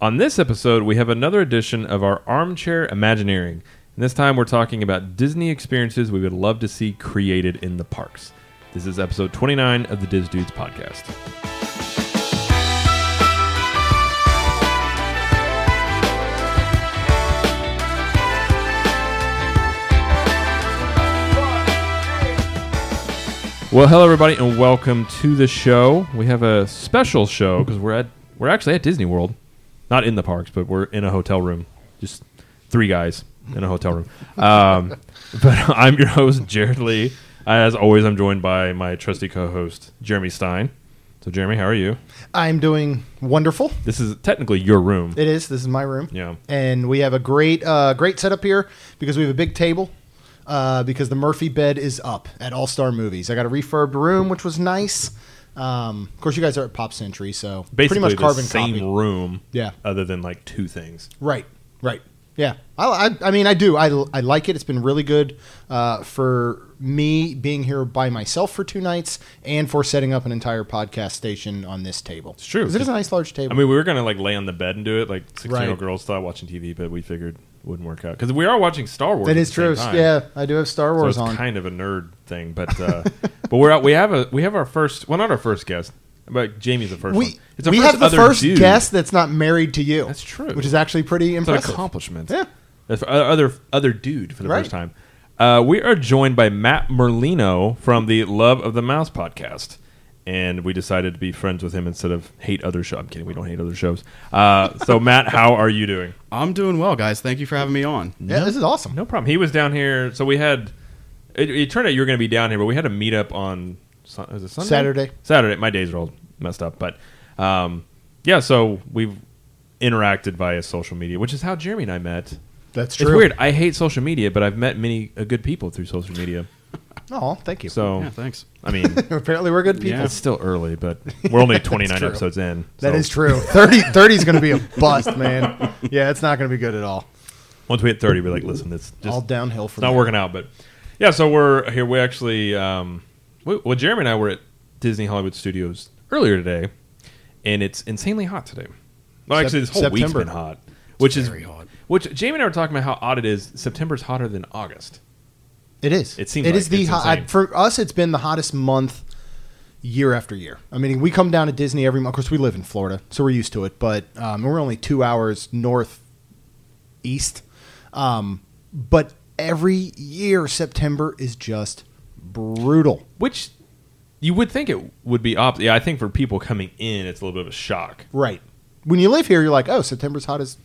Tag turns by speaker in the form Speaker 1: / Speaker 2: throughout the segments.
Speaker 1: On this episode, we have another edition of our Armchair Imagineering. And this time, we're talking about Disney experiences we would love to see created in the parks. This is episode 29 of the Diz Dudes podcast. Well, hello everybody, and welcome to the show. We have a special show because we're at we're actually at Disney World, not in the parks, but we're in a hotel room. Just three guys in a hotel room. Um, but I'm your host Jared Lee. As always, I'm joined by my trusty co-host Jeremy Stein. So, Jeremy, how are you?
Speaker 2: I'm doing wonderful.
Speaker 1: This is technically your room.
Speaker 2: It is. This is my room.
Speaker 1: Yeah.
Speaker 2: And we have a great, uh, great setup here because we have a big table. Uh, because the Murphy bed is up at All Star Movies. I got a refurbed room, which was nice. Um, of course, you guys are at Pop Century, so
Speaker 1: Basically,
Speaker 2: pretty much
Speaker 1: the
Speaker 2: carbon
Speaker 1: same
Speaker 2: copy.
Speaker 1: room.
Speaker 2: Yeah.
Speaker 1: Other than like two things.
Speaker 2: Right, right. Yeah. I, I, I mean, I do. I, I like it. It's been really good uh, for me being here by myself for two nights and for setting up an entire podcast station on this table. It's
Speaker 1: true.
Speaker 2: it is a nice large table.
Speaker 1: I mean, we were gonna like lay on the bed and do it, like sixteen-year-old
Speaker 2: Right.
Speaker 1: girls style, watching TV, but we figured it wouldn't work out because we are watching Star Wars.
Speaker 2: that
Speaker 1: at
Speaker 2: is
Speaker 1: the
Speaker 2: true.
Speaker 1: same time.
Speaker 2: Yeah, I do have Star
Speaker 1: so
Speaker 2: Wars
Speaker 1: it's
Speaker 2: on.
Speaker 1: kind of a nerd thing, but uh, but we're out. We have a we have our first. Well, not our first guest, but Jamie's the first. one.
Speaker 2: we
Speaker 1: It's our
Speaker 2: we
Speaker 1: first
Speaker 2: have the
Speaker 1: other
Speaker 2: first
Speaker 1: dude.
Speaker 2: guest that's not married to you.
Speaker 1: That's true.
Speaker 2: Which is actually pretty
Speaker 1: It's an
Speaker 2: impressive.
Speaker 1: accomplishment.
Speaker 2: Yeah.
Speaker 1: That's for other other dude for the
Speaker 2: Right.
Speaker 1: first time. Uh, we are joined by Matt Merlino from the Love of the Mouse podcast, and we decided to be friends with him instead of hate other shows. I'm kidding. We don't hate other shows. Uh, so Matt, how are you doing?
Speaker 3: I'm doing well, guys. Thank you for having me on.
Speaker 2: yeah, this is awesome.
Speaker 1: No problem. He was down here, so we had. It, it turned out you were going to be down here, but we had a meetup on. Sun- Was it Sunday?
Speaker 2: Saturday.
Speaker 1: Saturday. My days are all messed up, but um, yeah. So we've interacted via social media, which is how Jeremy and I met.
Speaker 2: That's
Speaker 1: It's
Speaker 2: true.
Speaker 1: weird. I hate social media, but I've met many uh, good people through social media.
Speaker 2: Oh, thank you.
Speaker 1: So
Speaker 3: Yeah, thanks.
Speaker 1: I mean,
Speaker 2: apparently we're good people.
Speaker 3: Yeah.
Speaker 1: it's still early, but we're only twenty nine
Speaker 2: true.
Speaker 1: episodes in.
Speaker 2: That
Speaker 1: so
Speaker 2: is true. 30 30 is going to be a bust, man. Yeah, it's not going to be good at all.
Speaker 1: Once we hit thirty, we're like, listen, it's just
Speaker 2: all downhill
Speaker 1: It's
Speaker 2: from
Speaker 1: not
Speaker 2: there.
Speaker 1: working out, but yeah. So we're here. We actually, um, we, well, Jeremy and I were at Disney Hollywood Studios earlier today, and it's insanely hot today. Well,
Speaker 2: Sep-
Speaker 1: actually, this whole week's
Speaker 2: September.
Speaker 1: been hot, which is
Speaker 3: very hot.
Speaker 1: Which Jamie and I were talking about how odd it is. September's hotter than August.
Speaker 2: It is.
Speaker 1: It seems
Speaker 2: It is
Speaker 1: like
Speaker 2: the
Speaker 1: it's
Speaker 2: hot I-
Speaker 1: insane.
Speaker 2: for us. It's been the hottest month year after year. I mean, we come down to Disney every month. Of course, we live in Florida, so we're used to it. But um, we're only two hours north east. Um, but every year, September is just brutal.
Speaker 1: Which you would think it would be opposite. Yeah, I think for people coming in, it's a little bit of a shock.
Speaker 2: Right. When you live here, you're like, oh, September's hot as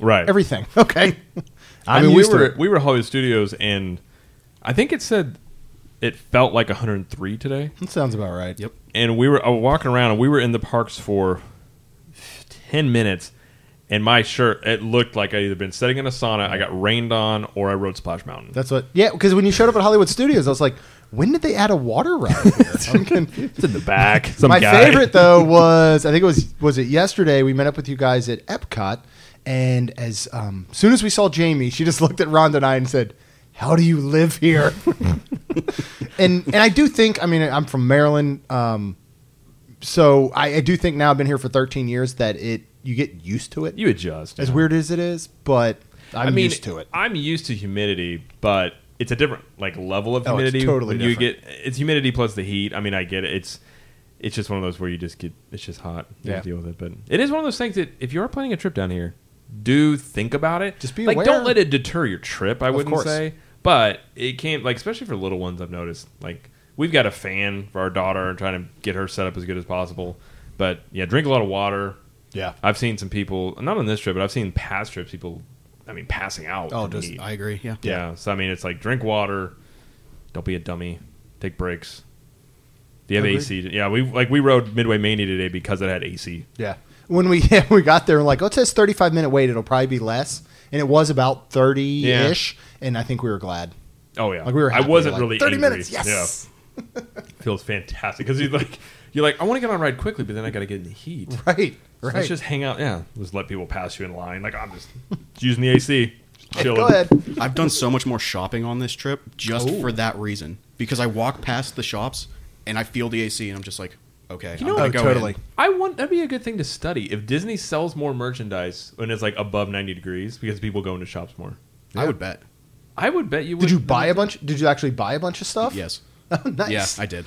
Speaker 1: Right.
Speaker 2: everything. Okay.
Speaker 1: I
Speaker 2: I'm
Speaker 1: mean, we
Speaker 2: used to
Speaker 1: were
Speaker 2: it.
Speaker 1: we were at Hollywood Studios, and I think it said it felt like 103 today.
Speaker 2: That sounds about right.
Speaker 3: Yep.
Speaker 1: and we were uh, walking around and we were in the parks for 10 minutes and my shirt it looked like i'd either been sitting in a sauna i got rained on or i rode splash mountain
Speaker 2: That's what. Yeah, because when you showed up at Hollywood Studios, I was like, when did they add a water ride? Here? I'm confused.
Speaker 1: it's in the back some
Speaker 2: My
Speaker 1: guy.
Speaker 2: favorite though was I think it was was it yesterday we met up with you guys at Epcot, and as um, soon as we saw Jamie, she just looked at Rhonda and I and said, "How do you live here?" and and I do think I mean I'm from Maryland, um, so I, I do think now I've been here for 13 years that it you get used to it
Speaker 1: you adjust
Speaker 2: as
Speaker 1: yeah.
Speaker 2: weird as it is, but I'm
Speaker 1: I mean,
Speaker 2: used to it.
Speaker 1: i'm used to humidity but it's a different like level of
Speaker 2: Oh, it's
Speaker 1: humidity
Speaker 2: totally
Speaker 1: when you
Speaker 2: different.
Speaker 1: get it's humidity plus the heat i mean i get it it's it's just one of those where you just get it's just hot you
Speaker 2: Yeah.
Speaker 1: deal with it but it is one of those things that if you are planning a trip down here do think about it
Speaker 2: Just be
Speaker 1: like
Speaker 2: aware.
Speaker 1: don't let it deter your trip i wouldn't
Speaker 2: course.
Speaker 1: say but it can't like especially for little ones i've noticed like we've got a fan for our daughter and trying to get her set up as good as possible but yeah drink a lot of water
Speaker 2: Yeah.
Speaker 1: i've seen some people not on this trip but i've seen past trips people i mean passing out
Speaker 2: Oh,
Speaker 1: from
Speaker 2: just-
Speaker 1: heat.
Speaker 3: I agree. Yeah.
Speaker 1: Yeah. So I mean, it's like drink water, don't be a dummy, take breaks. Do you have
Speaker 2: Agreed.
Speaker 1: AC? Yeah, we like we rode Midway Mania today because it had AC.
Speaker 2: Yeah. When we yeah, we got there, like, oh, it says 35 minute wait. It'll probably be less. And it was about 30 ish. And I think we were glad.
Speaker 1: Oh yeah,
Speaker 2: Like, we were
Speaker 1: I
Speaker 2: happy.
Speaker 1: wasn't
Speaker 2: Like,
Speaker 1: really
Speaker 2: 30
Speaker 1: angry.
Speaker 2: minutes. Yes.
Speaker 1: Yeah, feels fantastic because you like you're like I want to get on a ride quickly, but then I got to get in the heat.
Speaker 2: Right.
Speaker 1: So
Speaker 2: Right.
Speaker 1: Let's just hang out. Yeah, just let people pass you in line. Like I'm just using the AC,
Speaker 2: Hey,
Speaker 1: chilling.
Speaker 2: Go ahead.
Speaker 3: I've done so much more shopping on this trip just
Speaker 2: Oh.
Speaker 3: for that reason because I walk past the shops and I feel the AC and I'm just like, Okay,
Speaker 1: You
Speaker 3: I'm
Speaker 1: know-
Speaker 3: gonna
Speaker 2: Oh,
Speaker 3: go
Speaker 2: totally.
Speaker 3: in.
Speaker 1: I want that'd be a good thing to study if Disney sells more merchandise when it's like above ninety degrees because people go into shops more.
Speaker 3: I would bet.
Speaker 1: I would bet you. would
Speaker 2: Did you buy a bunch? Did you actually buy a bunch of stuff?
Speaker 3: Yes.
Speaker 2: Oh, nice.
Speaker 3: Yeah, I did.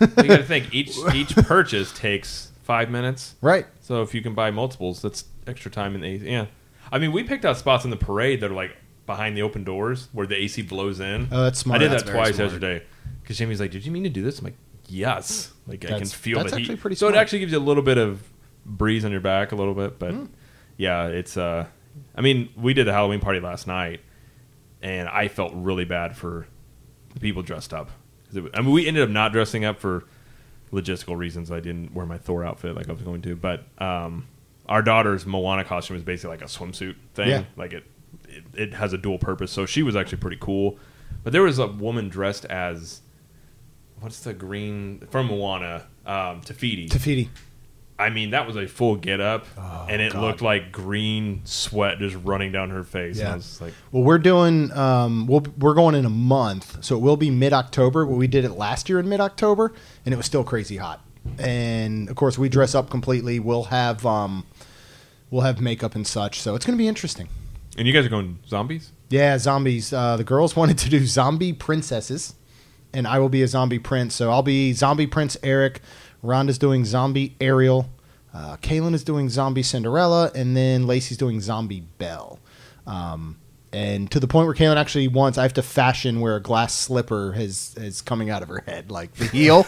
Speaker 1: you got to think each each purchase takes five minutes.
Speaker 2: right.
Speaker 1: So if you can buy multiples, that's extra time in the AC. Yeah, I mean, we picked out spots in the parade that are like behind the open doors where the AC blows in.
Speaker 2: Oh, that's smart.
Speaker 1: I did
Speaker 3: That's
Speaker 1: that
Speaker 3: very
Speaker 1: twice
Speaker 3: smart.
Speaker 1: yesterday because Jamie's like, "Did you mean to do this?" I'm like, "Yes." Like I can
Speaker 2: That's-
Speaker 1: feel
Speaker 2: that's
Speaker 1: the heat.
Speaker 2: actually pretty
Speaker 1: so it
Speaker 2: smart.
Speaker 1: actually gives you a little bit of breeze on your back, a little bit. But
Speaker 2: Hmm.
Speaker 1: yeah, it's. uh I mean, we did a Halloween party last night, and I felt really bad for the people dressed up. 'Cause it wa- I mean, we ended up not dressing up for logistical reasons. I didn't wear my Thor outfit like I was going to, but um, our daughter's Moana costume is basically like a swimsuit thing.
Speaker 2: Yeah.
Speaker 1: Like it, it, it has a dual purpose. So she was actually pretty cool. But there was a woman dressed as what's the green from Moana, um, Tafiti.
Speaker 2: Tafiti.
Speaker 1: I mean, that was a full get up, and it
Speaker 2: Oh, God.
Speaker 1: looked like green sweat just running down her face. And I
Speaker 2: Yeah.
Speaker 1: was just like,
Speaker 2: Well, we're doing. Um, we'll, we're going in a month, so it will be mid October. But we did it last year in mid October, and it was still crazy hot. And of course, we dress up completely. We'll have um, we'll have makeup and such. So it's going to be interesting.
Speaker 1: and you guys are going zombies?
Speaker 2: Yeah, zombies. Uh, the girls wanted to do zombie princesses, and I will be a zombie prince. So I'll be zombie prince Eric. Rhonda's doing zombie Ariel. Uh, Kaylin is doing zombie Cinderella, and then Lacey's doing zombie Belle. Um, and to the point where Kaylin actually wants, I have to fashion where a glass slipper has is coming out of her head, like the heel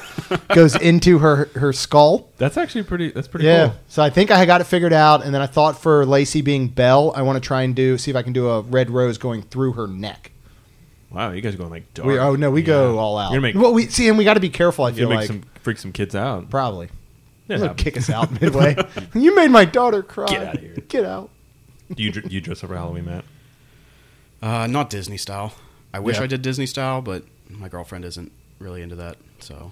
Speaker 2: goes into her her skull.
Speaker 1: That's actually pretty. That's pretty
Speaker 2: Yeah.
Speaker 1: cool.
Speaker 2: So I think I got it figured out, and then I thought for Lacey being Belle, I want to try and do see if I can do a red rose going through her neck.
Speaker 1: Wow, you guys are going like dark.
Speaker 2: We, oh no, we
Speaker 1: Yeah.
Speaker 2: go all out.
Speaker 1: You're gonna make,
Speaker 2: well, we see, and we got to be careful. I
Speaker 1: you're
Speaker 2: feel
Speaker 1: gonna make
Speaker 2: like
Speaker 1: some freak some kids out.
Speaker 2: probably
Speaker 1: Yeah,
Speaker 2: They'll
Speaker 1: that-
Speaker 2: kick us out midway. you made my daughter cry.
Speaker 1: Get outta here.
Speaker 2: Get out.
Speaker 1: Do you dr- you dress up for Halloween, Matt?
Speaker 3: Uh, not Disney style. I wish
Speaker 2: Yeah.
Speaker 3: I did Disney style, but my girlfriend isn't really into that. So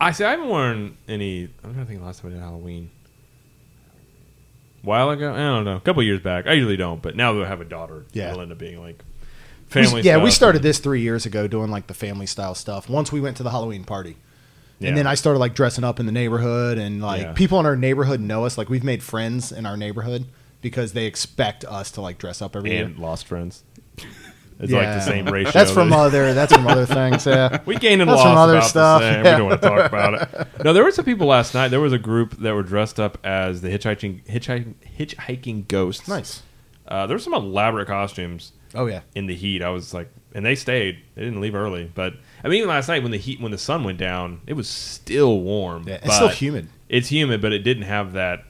Speaker 1: I see. I haven't worn any. I'm trying to think. of the Last time I did Halloween, a while ago. I don't know. A couple years back. I usually don't, but now that I have a daughter,
Speaker 2: Yeah.
Speaker 1: it'll end up being like
Speaker 2: We-
Speaker 1: family.
Speaker 2: yeah, we
Speaker 1: stuff.
Speaker 2: started this three years ago doing like the family style stuff. Once we went to the Halloween party,
Speaker 1: Yeah.
Speaker 2: and then I started like dressing up in the neighborhood, and like
Speaker 1: Yeah.
Speaker 2: people in our neighborhood know us. Like we've made friends in our neighborhood because they expect us to like dress up every year.
Speaker 1: and lost friends. It's like the same ratio.
Speaker 2: That's from
Speaker 1: that-
Speaker 2: other. That's from other things. Yeah.
Speaker 1: We gained and
Speaker 2: That's
Speaker 1: lost
Speaker 2: from other
Speaker 1: about
Speaker 2: stuff,
Speaker 1: the same.
Speaker 2: yeah.
Speaker 1: We don't want to talk about it. No, there were some people last night. There was a group that were dressed up as the hitchhiking hitchhiking hitchhiking ghosts.
Speaker 2: Nice.
Speaker 1: Uh, there were some elaborate costumes
Speaker 2: Oh yeah.
Speaker 1: in the heat. I was like, and they stayed. They didn't leave early. But I mean, even last night when the heat, when the sun went down, it was still warm.
Speaker 2: Yeah, it's still
Speaker 1: but-
Speaker 2: humid.
Speaker 1: It's humid, but it didn't have that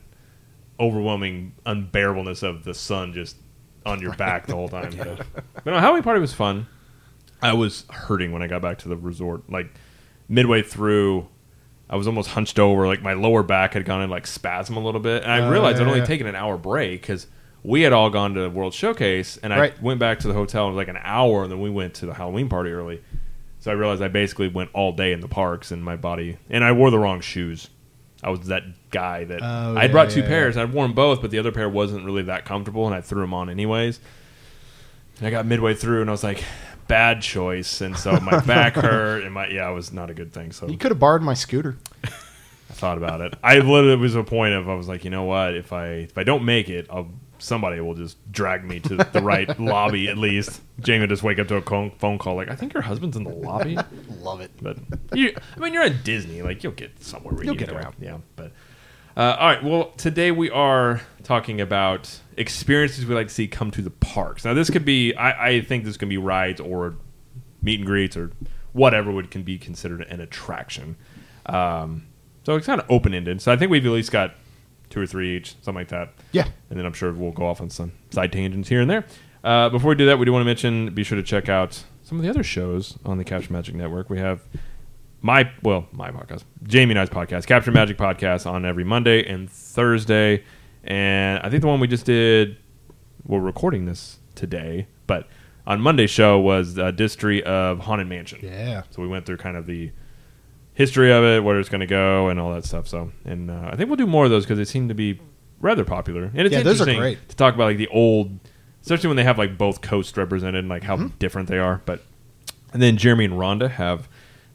Speaker 1: overwhelming unbearableness of the sun just on your back the whole time. But, but no, Halloween party was fun. I was hurting when I got back to the resort. Like midway through, I was almost hunched over. Like my lower back had gone in like spasm a little bit, and I
Speaker 2: Oh,
Speaker 1: realized
Speaker 2: yeah,
Speaker 1: I'd only
Speaker 2: yeah.
Speaker 1: taken an hour break because we had all gone to the World Showcase, and I
Speaker 2: Right.
Speaker 1: went back to the hotel. It was like an hour, and then we went to the Halloween party early. So I realized I basically went all day in the parks, and my body and I wore the wrong shoes. I was that guy that
Speaker 2: Oh,
Speaker 1: I would
Speaker 2: yeah,
Speaker 1: brought two
Speaker 2: yeah,
Speaker 1: pairs. I'd worn both, but the other pair wasn't really that comfortable, and I threw them on anyways. And I got midway through, and I was like, "Bad choice." And so my back hurt, and my yeah, it was not a good thing. So
Speaker 2: You could have borrowed my scooter.
Speaker 1: I thought about it. I literally was a point of I was like, you know what? If I if I don't make it, I'll, somebody will just drag me to the right lobby at least. Jamie would just wake up to a con- phone call like, I think your husband's in the lobby.
Speaker 2: Love it.
Speaker 1: But you, I mean, you're at Disney. Like you'll get somewhere. Where
Speaker 2: You'll
Speaker 1: you
Speaker 2: get
Speaker 1: go.
Speaker 2: around.
Speaker 1: Yeah. But uh, all right. Well, today we are talking about experiences we like to see come to the parks. Now, this could be. I, I think this can be rides or meet and greets or whatever would can be considered an attraction. Um, so it's kind of open ended. So I think we've at least got two or three each, something like that.
Speaker 2: Yeah.
Speaker 1: And then I'm sure we'll go off on some side tangents here and there. Uh, before we do that, we do want to mention be sure to check out some of the other shows on the Capture Magic Network. We have my, well, my podcast, Jamie and I's podcast, Capture Magic Podcast on every Monday and Thursday. And I think the one we just did, we're recording this today, but on Monday's show was the Distry of Haunted Mansion.
Speaker 2: Yeah.
Speaker 1: So we went through kind of the history of it, where it's going to go, and all that stuff. So, and uh, I think we'll do more of those because they seem to be rather popular. And it's
Speaker 2: Yeah, those are
Speaker 1: interesting
Speaker 2: great.
Speaker 1: to talk about like the old, especially when they have
Speaker 2: Mm-hmm.
Speaker 1: like both coasts represented and like how different they are. But and then Jeremy and Rhonda have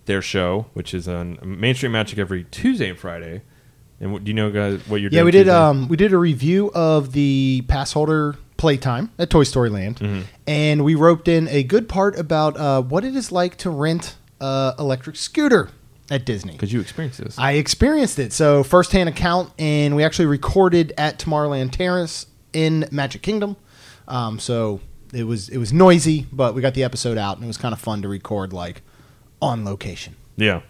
Speaker 1: their show, which is on Mainstream Magic every Tuesday and Friday. And what, do you know, guys, what you're doing?
Speaker 2: Yeah, we did.
Speaker 1: Tuesday?
Speaker 2: Um, we did a review of the pass holder playtime at Toy Story Land,
Speaker 1: Mm-hmm.
Speaker 2: and we roped in a good part about uh, what it is like to rent uh, electric scooter at Disney.
Speaker 1: Could you experience this?
Speaker 2: I experienced it. So firsthand account, and we actually recorded at Tomorrowland Terrace in Magic Kingdom. Um, so it was it was noisy, but we got the episode out, and it was kind of fun to record like on location.
Speaker 1: yeah.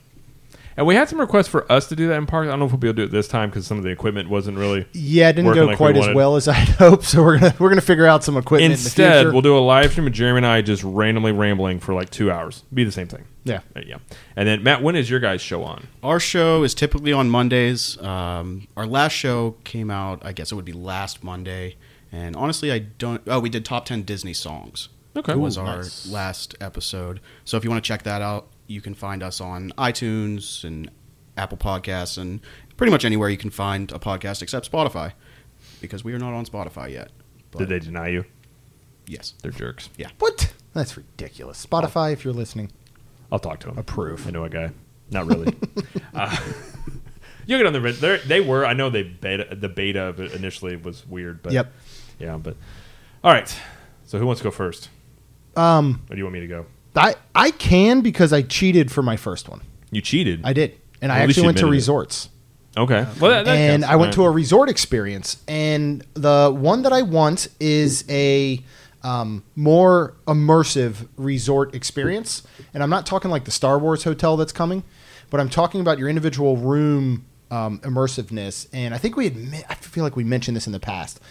Speaker 1: And we had some requests for us to do that in parks. I don't know if we'll be able to do it this time because some of the equipment wasn't really.
Speaker 2: Yeah, it didn't
Speaker 1: working
Speaker 2: go
Speaker 1: like we
Speaker 2: quite as
Speaker 1: wanted.
Speaker 2: well as I had hoped, so we're gonna we're gonna figure out some equipment In the
Speaker 1: Instead,
Speaker 2: future.
Speaker 1: we'll do a live stream of Jeremy and I just randomly rambling for like two hours. Be the same thing.
Speaker 2: Yeah.
Speaker 1: Uh, yeah. And then, Matt, when is your guys' show on?
Speaker 3: Our show is typically on Mondays. Um, our last show came out, I guess it would be last Monday. And honestly, I don't. Oh, we did top 10 Disney songs.
Speaker 1: Okay.
Speaker 3: It was
Speaker 1: Ooh,
Speaker 3: our
Speaker 1: nice.
Speaker 3: last episode. So if you want to check that out, you can find us on iTunes and Apple Podcasts and pretty much anywhere you can find a podcast except Spotify because we are not on Spotify yet. But-
Speaker 1: Did they deny you?
Speaker 3: Yes.
Speaker 1: They're jerks.
Speaker 2: What? That's ridiculous. Spotify, if you're listening.
Speaker 1: I'll talk to him.
Speaker 2: Approve.
Speaker 1: I know a guy. Not really. uh, you'll get on the. They're, they were. I know they beta. The beta of it initially was weird. But
Speaker 2: Yep.
Speaker 1: Yeah. But all right. So who wants to go first?
Speaker 2: Um,
Speaker 1: Or do you want me to go?
Speaker 2: I I can because I cheated for my first one.
Speaker 1: You cheated.
Speaker 2: I did, and I
Speaker 1: Well, at least
Speaker 2: actually
Speaker 1: you
Speaker 2: went to
Speaker 1: admitted it.
Speaker 2: resorts.
Speaker 1: okay. Well, that, that
Speaker 2: and
Speaker 1: counts.
Speaker 2: I went
Speaker 1: All
Speaker 2: to a resort experience, and the one that I want is a um, more immersive resort experience. And I'm not talking like the Star Wars hotel that's coming, but I'm talking about your individual room um, immersiveness. And I think we had, men- I feel like we mentioned this in the past,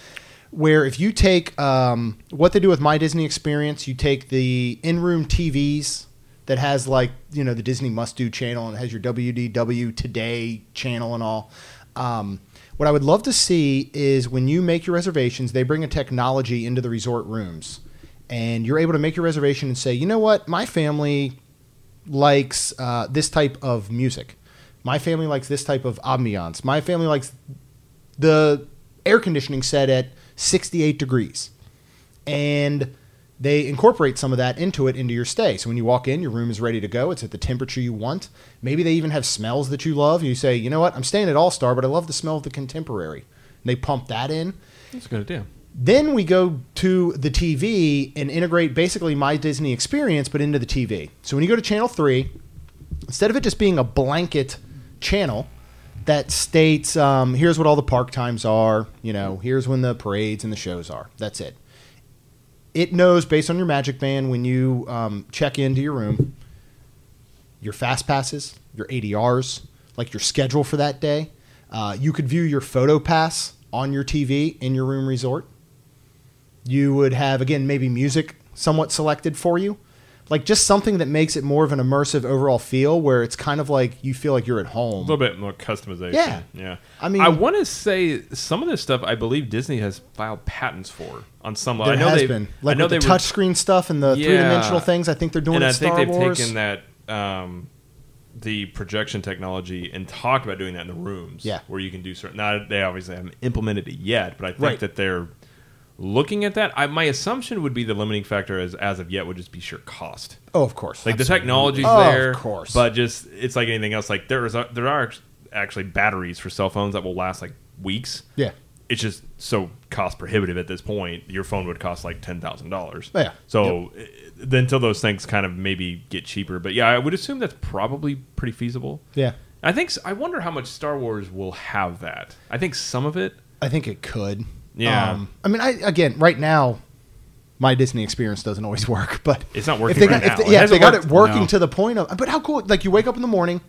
Speaker 2: where if you take um, what they do with My Disney Experience, you take the in-room TVs that has like you know the Disney Must Do channel and it has your WDW Today channel and all. Um, what I would love to see is when you make your reservations, they bring a technology into the resort rooms, and you're able to make your reservation and say, you know what, my family likes uh, this type of music. My family likes this type of ambiance. My family likes the air conditioning set at 68 degrees. And they incorporate some of that into it into your stay. So when you walk in, your room is ready to go. It's at the temperature you want. Maybe they even have smells that you love. You say, you know what? I'm staying at All Star, but I love the smell of the contemporary. And they pump that in.
Speaker 1: That's a good idea.
Speaker 2: Then we go to the TV and integrate basically my Disney experience, but into the TV. So when you go to channel three, instead of it just being a blanket channel that states, um, here's what all the park times are, you know, here's when the parades and the shows are. That's it. It knows based on your Magic Band when you um, check into your room, your fast passes, your ADRs, like your schedule for that day. Uh, you could view your photo pass on your TV in your room resort. You would have, again, maybe music somewhat selected for you. Like just something that makes it more of an immersive overall feel where it's kind of like you feel like you're at home.
Speaker 1: A little bit more customization.
Speaker 2: Yeah.
Speaker 1: Yeah.
Speaker 2: I mean-
Speaker 1: I want to say some of this stuff. I believe Disney has filed patents for on some level.
Speaker 2: there
Speaker 1: I know
Speaker 2: has
Speaker 1: they've-
Speaker 2: been.
Speaker 1: I
Speaker 2: Like
Speaker 1: know
Speaker 2: with the
Speaker 1: they were-
Speaker 2: touchscreen stuff and the
Speaker 1: Yeah.
Speaker 2: three dimensional things I think they're doing
Speaker 1: and
Speaker 2: in
Speaker 1: I
Speaker 2: Star
Speaker 1: think they've
Speaker 2: Wars.
Speaker 1: taken that um, the projection technology and talked about doing that in the rooms.
Speaker 2: Yeah.
Speaker 1: where you can do certain. Now they obviously haven't implemented it yet, but I think
Speaker 2: Right.
Speaker 1: that they're looking at that. I, my assumption would be the limiting factor as as of yet would just be sheer cost.
Speaker 2: oh, of course.
Speaker 1: Like the
Speaker 2: Absolutely.
Speaker 1: technology's
Speaker 2: Oh, of
Speaker 1: there,
Speaker 2: course.
Speaker 1: but just it's like anything else. Like there is a, there are actually batteries for cell phones that will last like weeks.
Speaker 2: Yeah.
Speaker 1: It's just so cost prohibitive at this point. Your phone would cost like ten thousand dollars.
Speaker 2: Yeah.
Speaker 1: So eh, then until those things kind of maybe get cheaper, but yeah, I would assume that's probably pretty feasible.
Speaker 2: Yeah.
Speaker 1: I think s- I wonder how much Star Wars will have that. I think some of it.
Speaker 2: I think it could. Um,
Speaker 1: Yeah.
Speaker 2: I mean, I again, right now, my Disney experience doesn't always work, but
Speaker 1: It's not working
Speaker 2: If they
Speaker 1: right
Speaker 2: got, if
Speaker 1: now.
Speaker 2: they-
Speaker 1: It
Speaker 2: yeah, if they
Speaker 1: hasn't
Speaker 2: got it
Speaker 1: worked-
Speaker 2: working
Speaker 3: no.
Speaker 2: to the point of. But how cool! Like you wake up in the morning,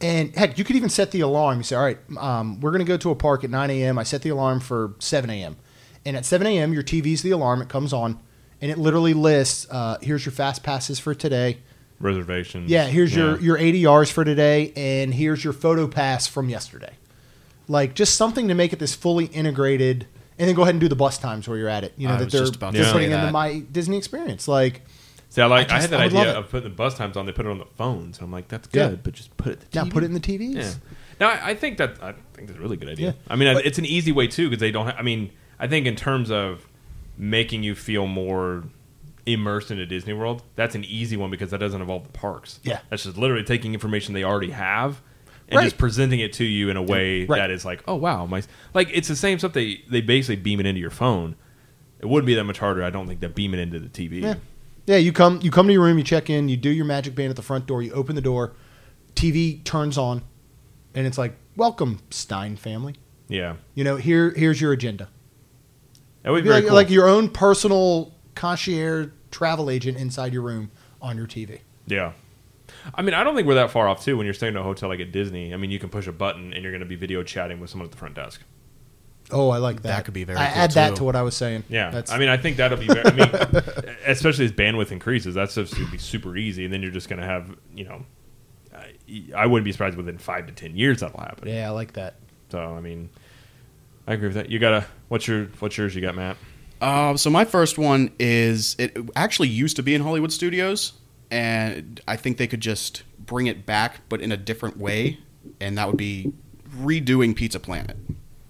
Speaker 2: and heck, you could even set the alarm. You say, "All right, um, we're going to go to a park at 9 a.m." I set the alarm for 7 a.m. And at 7 a.m., your TV's the alarm. It comes on, and it literally lists, uh, "Here's your fast passes for today."
Speaker 1: Reservations.
Speaker 2: Yeah, here's your your ADRs for today, and here's your photo pass from yesterday. Like just something to make it this fully integrated, and then go ahead and do the bus times where you're at it. You know
Speaker 3: I
Speaker 2: that
Speaker 3: was
Speaker 2: they're,
Speaker 3: just about to
Speaker 2: they're
Speaker 3: say
Speaker 2: putting into
Speaker 3: that.
Speaker 2: my Disney experience. Like
Speaker 1: See, I like. I,
Speaker 2: I
Speaker 1: had
Speaker 2: just-
Speaker 1: that
Speaker 2: I would
Speaker 1: idea
Speaker 2: love it.
Speaker 1: of putting the bus times on. They put it on the phones, and I'm like, that's
Speaker 2: Yeah.
Speaker 1: good, but just put it. at the
Speaker 2: now,
Speaker 1: TV.
Speaker 2: put it in the TVs.
Speaker 1: Yeah. Now I, I think that I think that's a really good idea.
Speaker 2: Yeah.
Speaker 1: I mean, I it's an easy way too because they don't. Ha- I mean, I think in terms of making you feel more immersed into Disney World, that's an easy one because that doesn't involve the parks.
Speaker 2: Yeah.
Speaker 1: That's just literally taking information they already have and
Speaker 2: Right.
Speaker 1: just presenting it to you in a way
Speaker 2: Right.
Speaker 1: that is like, oh wow, my like it's the same stuff they they basically beam it into your phone. It wouldn't be that much harder, I don't think, to beam it into the TV.
Speaker 2: Yeah. Yeah, you come you come to your room, you check in, you do your magic band at the front door, you open the door, TV turns on, and it's like, "Welcome, Stein family.
Speaker 1: Yeah.
Speaker 2: You know, here here's your agenda."
Speaker 1: That would
Speaker 2: It'd
Speaker 1: be
Speaker 2: be
Speaker 1: very
Speaker 2: like,
Speaker 1: cool.
Speaker 2: like your own personal concierge travel agent inside your room on your TV.
Speaker 1: Yeah. I mean, I don't think we're that far off too. When you're staying at a hotel like at Disney, I mean, you can push a button and you're going to be video chatting with someone at the front desk.
Speaker 2: Oh, I like that.
Speaker 3: That could be very
Speaker 2: I
Speaker 3: cool,
Speaker 2: add that
Speaker 3: too.
Speaker 2: to what I was saying.
Speaker 1: Yeah,
Speaker 2: That's,
Speaker 1: I mean, I think that'll be. Very, I mean, e, especially as bandwidth increases, that's going to be super easy, and then you're just going to have, you know, I, I wouldn't be surprised within five to ten years that'll happen.
Speaker 2: yeah, I like that.
Speaker 1: So, I mean, I agree with that. You gotta. What's your What's yours? You got Matt.
Speaker 3: Uh, so my first one is it actually used to be in Hollywood Studios, and I think they could just bring it back, but in a different way, and that would be redoing Pizza Planet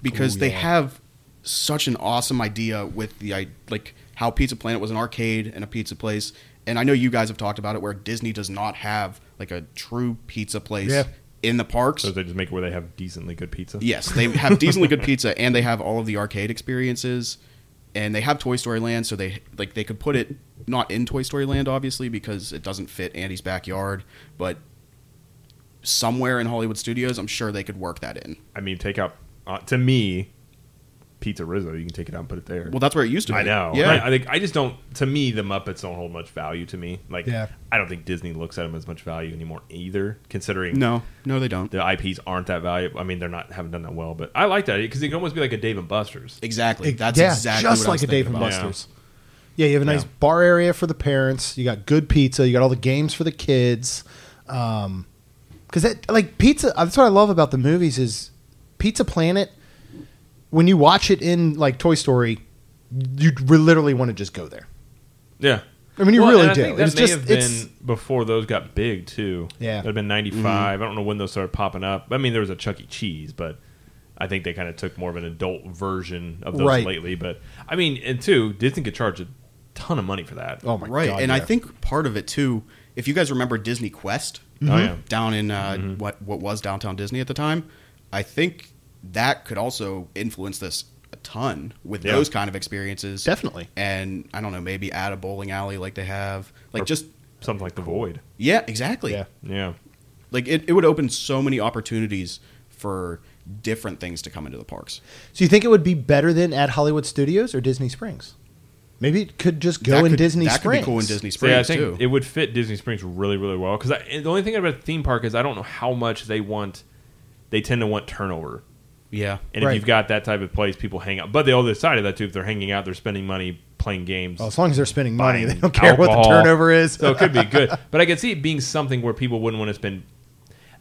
Speaker 3: because
Speaker 2: Ooh,
Speaker 3: they
Speaker 2: yeah.
Speaker 3: have such an awesome idea with the i- like how Pizza Planet was an arcade and a pizza place, and I know you guys have talked about it where Disney does not have like a true pizza place
Speaker 2: Yeah.
Speaker 3: in the parks.
Speaker 1: So they just make it where they have decently good pizza.
Speaker 3: Yes, they have decently good pizza, and they have all of the arcade experiences, and they have Toy Story Land. So they like they could put it not in Toy Story Land, obviously, because it doesn't fit Andy's backyard. But somewhere in Hollywood Studios, I'm sure they could work that in.
Speaker 1: I mean, take out uh, to me, Pizza Rizzo. You can take it out and put it there.
Speaker 3: Well, that's where it used to be.
Speaker 1: I know.
Speaker 3: Yeah,
Speaker 1: I, I think I just don't. To me, the Muppets don't hold much value to me. Like,
Speaker 2: Yeah.
Speaker 1: I don't think Disney looks at them as much value anymore either. Considering
Speaker 3: no, no, they don't.
Speaker 1: the IPs aren't that valuable. I mean, they're not haven't done that well, but I like that because it can almost be like a Dave and Buster's.
Speaker 3: Exactly. That's
Speaker 2: yeah,
Speaker 3: exactly
Speaker 2: just
Speaker 3: what I
Speaker 2: like
Speaker 3: was
Speaker 2: a Dave
Speaker 3: thinking
Speaker 2: and
Speaker 3: about.
Speaker 1: Yeah.
Speaker 2: Buster's. Yeah, you have a nice
Speaker 1: Yeah.
Speaker 2: bar area for the parents. You got good pizza. You got all the games for the kids. Um, because that like pizza. uh, That's what I love about the movies is Pizza Planet. When you watch it in like Toy Story, you re- literally want to just go there.
Speaker 1: Yeah,
Speaker 2: I mean, you
Speaker 1: Well,
Speaker 2: really
Speaker 1: and I
Speaker 2: do.
Speaker 1: think that
Speaker 2: it's
Speaker 1: may
Speaker 2: just
Speaker 1: have
Speaker 2: it's
Speaker 1: been before those got big too.
Speaker 2: Yeah.
Speaker 1: that'd been ninety I don't know when those started popping up. I mean, there was a Chuck E. Cheese, but I think they kind of took more of an adult version of those
Speaker 2: Right.
Speaker 1: lately. But I mean, and two, Disney could charge a ton of money for that.
Speaker 2: oh my
Speaker 3: Right,
Speaker 2: god.
Speaker 3: and I
Speaker 2: yeah.
Speaker 3: think part of it too, if you guys remember Disney Quest,
Speaker 1: Oh, yeah. Mm-hmm.
Speaker 3: down in uh, what what was downtown Disney at the time, I think that could also influence this a ton with
Speaker 1: Yeah.
Speaker 3: those kind of experiences.
Speaker 2: Definitely.
Speaker 3: and I don't know, maybe add a bowling alley like they have, like
Speaker 1: Or-
Speaker 3: just
Speaker 1: something like the Void.
Speaker 3: yeah, exactly.
Speaker 2: Yeah.
Speaker 1: Yeah,
Speaker 3: Like it, it would open so many opportunities for different things to come into the parks.
Speaker 2: So you think it would be better than at Hollywood Studios or Disney Springs? Maybe it could just go
Speaker 3: That
Speaker 2: in
Speaker 3: could-
Speaker 2: Disney
Speaker 3: that
Speaker 2: Springs.
Speaker 3: could be cool in Disney
Speaker 1: So, yeah, I
Speaker 3: Springs
Speaker 1: think
Speaker 3: too.
Speaker 1: it would fit Disney Springs really, really well. Because the only thing about a theme park is I don't know how much they want. They tend to want turnover.
Speaker 3: yeah,
Speaker 1: And
Speaker 2: Right.
Speaker 1: if you've got that type of place, people hang out. But the other side of that too, if they're hanging out, they're spending money playing games.
Speaker 2: Well, as long as they're spending money, Oh, they
Speaker 1: buying
Speaker 2: don't care what the
Speaker 1: alcohol.
Speaker 2: turnover is.
Speaker 1: so it could be good. But I could see it being something where people wouldn't want to spend.